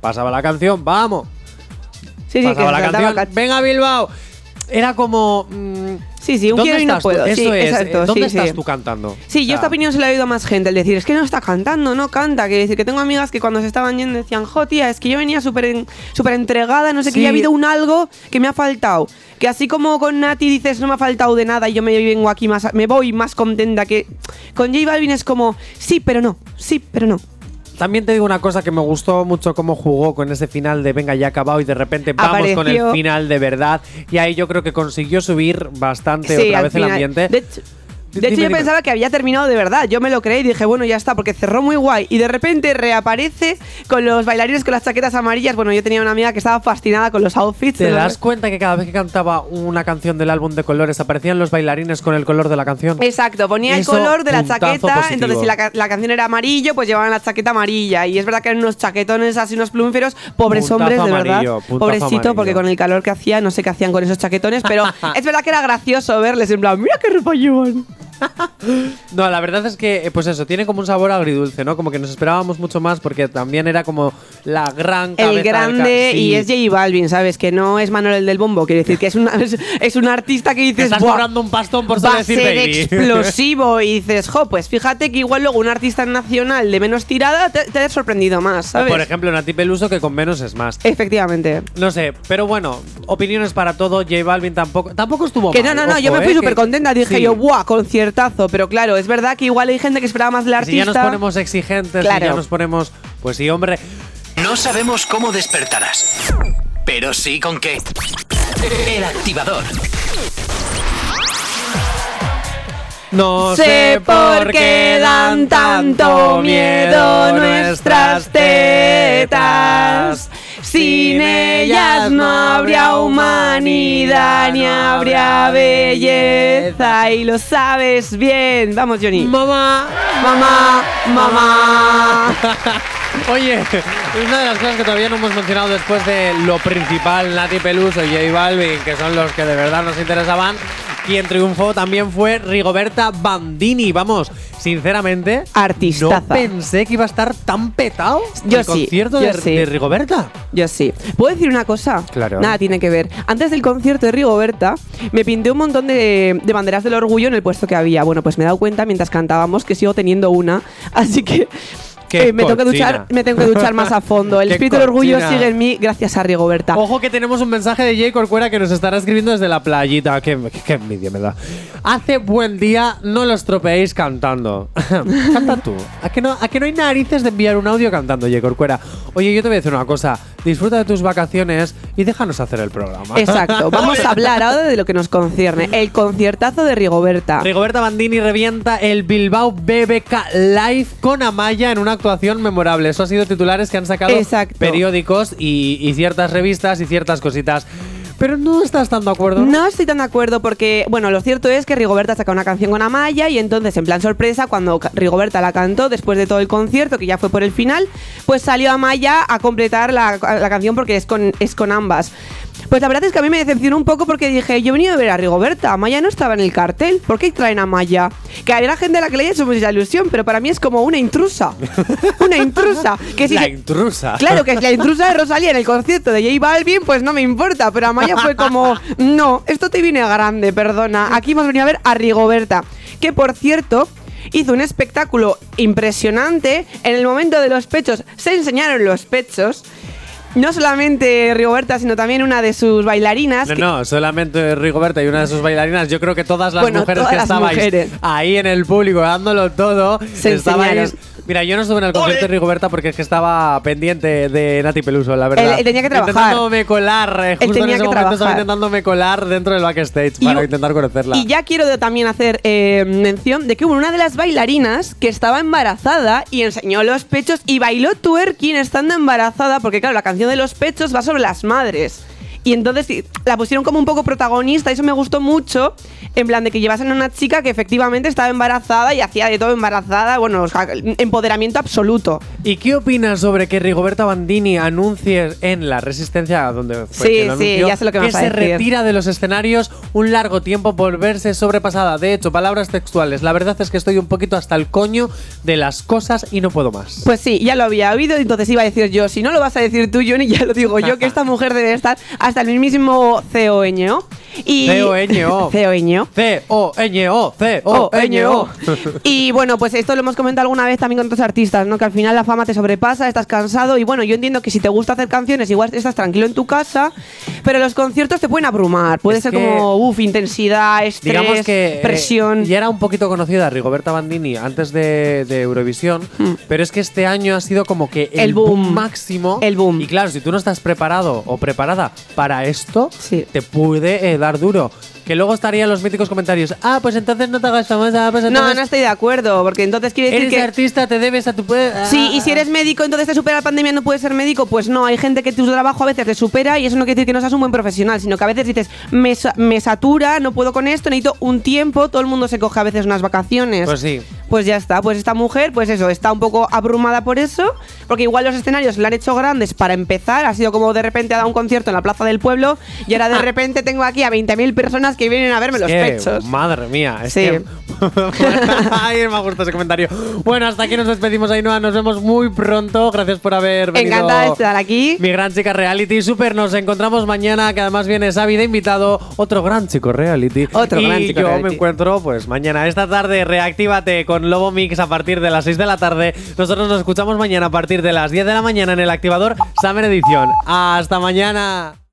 Speaker 2: Pasaba la canción, vamos.
Speaker 3: Sí, sí, que
Speaker 2: Pasaba
Speaker 3: se
Speaker 2: la
Speaker 3: saltaba
Speaker 2: canción,
Speaker 3: cachos.
Speaker 2: venga Bilbao. Era como... mm,
Speaker 3: Sí, sí, un
Speaker 2: ¿dónde
Speaker 3: quiero y no
Speaker 2: estás tú?
Speaker 3: puedo.
Speaker 2: Eso
Speaker 3: sí,
Speaker 2: es, eh,
Speaker 3: exacto,
Speaker 2: ¿dónde
Speaker 3: sí,
Speaker 2: estás
Speaker 3: sí.
Speaker 2: tú cantando?
Speaker 3: Sí,
Speaker 2: O
Speaker 3: yo
Speaker 2: sea,
Speaker 3: esta opinión se la he oído a más gente, el decir, es que no está cantando, no canta. Quiere decir que tengo amigas que cuando se estaban yendo decían, jo, tía, es que yo venía súper en- súper entregada, no sé
Speaker 2: Sí.
Speaker 3: qué, y ha habido un algo que me ha faltado. Que así como con Nati dices, no me ha faltado de nada y yo me vengo aquí más, me voy más contenta que. Con J Balvin es como, sí, pero no, sí, pero no.
Speaker 2: También te digo una cosa que me gustó mucho cómo jugó con ese final de venga ya ha acabado y de repente vamos con el
Speaker 3: Apareció.
Speaker 2: final de verdad y ahí yo creo que consiguió subir bastante
Speaker 3: Sí,
Speaker 2: otra
Speaker 3: al
Speaker 2: vez el
Speaker 3: final.
Speaker 2: ambiente.
Speaker 3: De hecho,
Speaker 2: Di-
Speaker 3: De hecho,
Speaker 2: dime,
Speaker 3: yo
Speaker 2: dime.
Speaker 3: pensaba que había terminado de verdad. Yo me lo creí y dije, bueno, ya está, porque cerró muy guay. Y de repente reaparece con los bailarines con las chaquetas amarillas. Bueno, yo tenía una amiga que estaba fascinada con los outfits.
Speaker 2: ¿Te
Speaker 3: ¿no?
Speaker 2: das cuenta que cada vez que cantaba una canción del álbum de colores aparecían los bailarines con el color de la canción?
Speaker 3: Exacto, ponía
Speaker 2: Eso,
Speaker 3: el color de la
Speaker 2: puntazo
Speaker 3: chaqueta.
Speaker 2: positivo.
Speaker 3: Entonces, si la, ca- la canción era amarillo, pues llevaban la chaqueta amarilla. Y es verdad que eran unos chaquetones así, unos plumíferos. Pobres
Speaker 2: Puntazo
Speaker 3: hombres, de
Speaker 2: amarillo,
Speaker 3: verdad.
Speaker 2: puntazo
Speaker 3: Pobrecito,
Speaker 2: amarillo.
Speaker 3: porque con el calor que hacía, no sé qué hacían con esos chaquetones. Pero es verdad que era gracioso verles en plan, mira qué ropa llevan.
Speaker 2: No, la verdad es que, eh, pues eso, tiene como un sabor agridulce, ¿no? Como que nos esperábamos mucho más porque también era como la gran cabeza
Speaker 3: El
Speaker 2: del ca-
Speaker 3: grande
Speaker 2: Sí.
Speaker 3: y es J Balvin, ¿sabes? Que no es Manuel el del Bombo. Quiere decir que es, una- es, es un artista que dices.
Speaker 2: estás
Speaker 3: "Buah,
Speaker 2: cobrando un pastón por
Speaker 3: va
Speaker 2: solo
Speaker 3: a
Speaker 2: decir
Speaker 3: ser
Speaker 2: baby".
Speaker 3: explosivo. y dices, jo, pues fíjate que igual luego un artista nacional de menos tirada te, te ha sorprendido más,
Speaker 2: O,
Speaker 3: ¿sabes?
Speaker 2: Por ejemplo, Nati Peluso que con menos es más.
Speaker 3: Efectivamente.
Speaker 2: No sé, pero bueno, opiniones para todo. J Balvin tampoco, tampoco estuvo
Speaker 3: Que no,
Speaker 2: mal.
Speaker 3: no, no,
Speaker 2: ojo,
Speaker 3: yo me
Speaker 2: ¿eh?
Speaker 3: fui
Speaker 2: Que-
Speaker 3: súper contenta. Dije
Speaker 2: sí.
Speaker 3: yo, ¡buah! Conciertazo. Pero claro, es verdad que igual hay gente que esperaba más del
Speaker 2: Si
Speaker 3: artista.
Speaker 2: ya nos ponemos exigentes,
Speaker 3: Claro.
Speaker 2: si ya nos ponemos. Pues sí, hombre.
Speaker 1: No sabemos cómo despertarás, pero sí con qué. El activador.
Speaker 2: No
Speaker 1: Sé
Speaker 2: sé por
Speaker 1: por
Speaker 2: qué
Speaker 1: qué
Speaker 2: dan tanto
Speaker 3: tanto
Speaker 2: miedo
Speaker 3: miedo
Speaker 2: nuestras tetas.
Speaker 3: Sin ellas no habría humanidad ni habría belleza y lo sabes bien. Vamos, Johnny.
Speaker 2: Mamá,
Speaker 3: mamá, mamá.
Speaker 2: Oye, una de las cosas que todavía no hemos mencionado después de lo principal, Nati Peluso y J Balvin, que son los que de verdad nos interesaban, quien triunfó también fue Rigoberta Bandini. Vamos, sinceramente,
Speaker 3: Artistaza.
Speaker 2: no pensé que iba a estar tan petado
Speaker 3: Yo
Speaker 2: el
Speaker 3: sí,
Speaker 2: concierto
Speaker 3: yo
Speaker 2: de,
Speaker 3: sí.
Speaker 2: de Rigoberta.
Speaker 3: Yo sí. ¿Puedo decir una cosa?
Speaker 2: Claro.
Speaker 3: Nada tiene que ver. Antes del concierto de Rigoberta, me pinté un montón de, de banderas del orgullo en el puesto que había. Bueno, pues me he dado cuenta mientras cantábamos que sigo teniendo una. Así que.
Speaker 2: Qué
Speaker 3: eh, me, tengo que
Speaker 2: cochina.
Speaker 3: duchar, me tengo que duchar más a fondo. El
Speaker 2: Qué
Speaker 3: espíritu del orgullo
Speaker 2: cochina. Oh.
Speaker 3: sigue en mí gracias a Rigoberta.
Speaker 2: Ojo que tenemos un mensaje de Jay Corcuera que nos estará escribiendo desde la playita. Qué, qué- qué envidia me da. Hace buen día, no lo estropeéis cantando. Canta tú. ¿A que, no, ¿A que no hay narices de enviar un audio cantando, Jay Corcuera? Oye, yo te voy a decir una cosa. Disfruta de tus vacaciones y déjanos hacer el programa.
Speaker 3: Exacto. Vamos a hablar ahora de lo que nos concierne. El conciertazo de Rigoberta.
Speaker 2: Rigoberta Bandini revienta el Bilbao BBK Live con Amaya en una actuación memorable. Eso ha sido titulares que han sacado
Speaker 3: Exacto.
Speaker 2: periódicos y, y ciertas revistas y ciertas cositas. Pero no estás tan de acuerdo.
Speaker 3: No estoy tan de acuerdo porque, bueno, lo cierto es que Rigoberta saca una canción con Amaya y entonces, en plan sorpresa, cuando ca- Rigoberta la cantó después de todo el concierto, que ya fue por el final, pues salió Amaya a completar la, la canción porque es con, es con ambas. Pues la verdad es que a mí me decepcionó un poco porque dije, yo he venido a ver a Rigoberta, Amaya no estaba en el cartel, ¿por qué traen a Amaya? Que habrá gente a la que le haya hecho mucha ilusión, pero para mí es como una intrusa. una intrusa. Que si
Speaker 2: la
Speaker 3: se-
Speaker 2: intrusa.
Speaker 3: Claro, que es la intrusa de Rosalía en el concierto de J Balvin, pues no me importa, pero Amaya fue como, no, esto te viene grande, perdona. Aquí hemos venido a ver a Rigoberta, que por cierto hizo un espectáculo impresionante. En el momento de los pechos se enseñaron los pechos. No solamente Rigoberta, sino también una de sus bailarinas.
Speaker 2: No,
Speaker 3: que-
Speaker 2: no, solamente Rigoberta y una de sus bailarinas. Yo creo que todas las
Speaker 3: Bueno,
Speaker 2: mujeres
Speaker 3: todas
Speaker 2: que
Speaker 3: las
Speaker 2: estabais
Speaker 3: mujeres.
Speaker 2: ahí en el público dándolo todo,
Speaker 3: Se
Speaker 2: estabais.
Speaker 3: enseñaron.
Speaker 2: Mira, yo no estuve en el concierto de Rigoberta porque es que estaba pendiente de Nati Peluso, la verdad.
Speaker 3: Él- él tenía que trabajar.
Speaker 2: Intentándome colar, eh,
Speaker 3: Él
Speaker 2: justo en
Speaker 3: tenía
Speaker 2: ese
Speaker 3: que
Speaker 2: momento estaba
Speaker 3: trabajar.
Speaker 2: intentándome colar dentro del backstage para intentar conocerla.
Speaker 3: Y ya quiero de- también hacer eh, mención de que hubo una de las bailarinas que estaba embarazada y enseñó los pechos y bailó twerking estando embarazada, porque claro, la canción de los pechos va sobre las madres. Y entonces sí, la pusieron como un poco protagonista, y eso me gustó mucho, en plan de que llevasen a una chica que efectivamente estaba embarazada y hacía de todo embarazada, bueno, o sea, empoderamiento absoluto.
Speaker 2: ¿Y qué opinas sobre que Rigoberta Bandini anuncie en La Resistencia, donde fue
Speaker 3: Sí,
Speaker 2: que lo
Speaker 3: sí,
Speaker 2: anunció,
Speaker 3: ya sé lo que vas a
Speaker 2: se
Speaker 3: decir.
Speaker 2: retira de los escenarios un largo tiempo por verse sobrepasada? De hecho, palabras textuales. La verdad es que estoy un poquito hasta el coño de las cosas y no puedo más.
Speaker 3: Pues sí, ya lo había oído, entonces iba a decir yo, si no lo vas a decir tú, Johnny, ya lo digo yo, que esta mujer debe estar hasta el mismísimo COEño. Y
Speaker 2: COEño.
Speaker 3: COEño.
Speaker 2: C-O-Ñ-O, C-O-Ñ-O.
Speaker 3: Y bueno, pues esto lo hemos comentado alguna vez también con otros artistas, ¿no? Que al final la fama te sobrepasa, estás cansado y bueno, yo entiendo que si te gusta hacer canciones igual estás tranquilo en tu casa, pero los conciertos te pueden abrumar, puede
Speaker 2: Es
Speaker 3: ser
Speaker 2: que-
Speaker 3: como, uff, intensidad, estrés,
Speaker 2: Digamos que eh,
Speaker 3: presión.
Speaker 2: ya era un poquito conocida Rigoberta Bandini antes de, de Eurovisión, pero es que este año ha sido como que el,
Speaker 3: Mm. El boom.
Speaker 2: máximo. El boom. Y claro, si tú no estás preparado o preparada para esto, te puede eh, dar duro. Que luego estarían los míticos comentarios. Ah, pues entonces no te hagas famosa. Pues
Speaker 3: No,
Speaker 2: entonces
Speaker 3: no estoy de acuerdo, porque entonces quiere decir
Speaker 2: eres
Speaker 3: que
Speaker 2: artista, te debes a tu
Speaker 3: Sí,
Speaker 2: Ah.
Speaker 3: y si eres médico, entonces te supera la pandemia, no puedes ser médico. Pues no, hay gente que tu trabajo a veces te supera y eso no quiere decir que no seas un buen profesional, sino que a veces dices, me, sa- me satura, no puedo con esto, necesito un tiempo, todo el mundo se coge a veces unas vacaciones.
Speaker 2: Pues sí.
Speaker 3: Pues ya está, pues esta mujer, pues eso, está un poco abrumada por eso, porque igual los escenarios le han hecho grandes para empezar, ha sido como de repente ha dado un concierto en la plaza del pueblo y ahora de repente tengo aquí a 20.000 personas que vienen a verme
Speaker 2: Es
Speaker 3: los
Speaker 2: que,
Speaker 3: pechos.
Speaker 2: Madre mía, es
Speaker 3: Sí.
Speaker 2: que- Ay, me ha gustado ese comentario. Bueno, hasta aquí nos despedimos, Ainhoa. Nos vemos muy pronto. Gracias por haber venido.
Speaker 3: Encantada de estar aquí.
Speaker 2: Mi gran chica reality super. Nos encontramos mañana, que además viene Xavi de invitado. Otro gran chico reality.
Speaker 33: Otro
Speaker 2: y
Speaker 33: gran chico
Speaker 2: yo me
Speaker 33: reality.
Speaker 2: encuentro pues mañana esta tarde. Reactívate con Lobo Mix a partir de las 6 de la tarde. Nosotros nos escuchamos mañana a partir de las 10 de la mañana en el activador Summer Edition. Hasta mañana.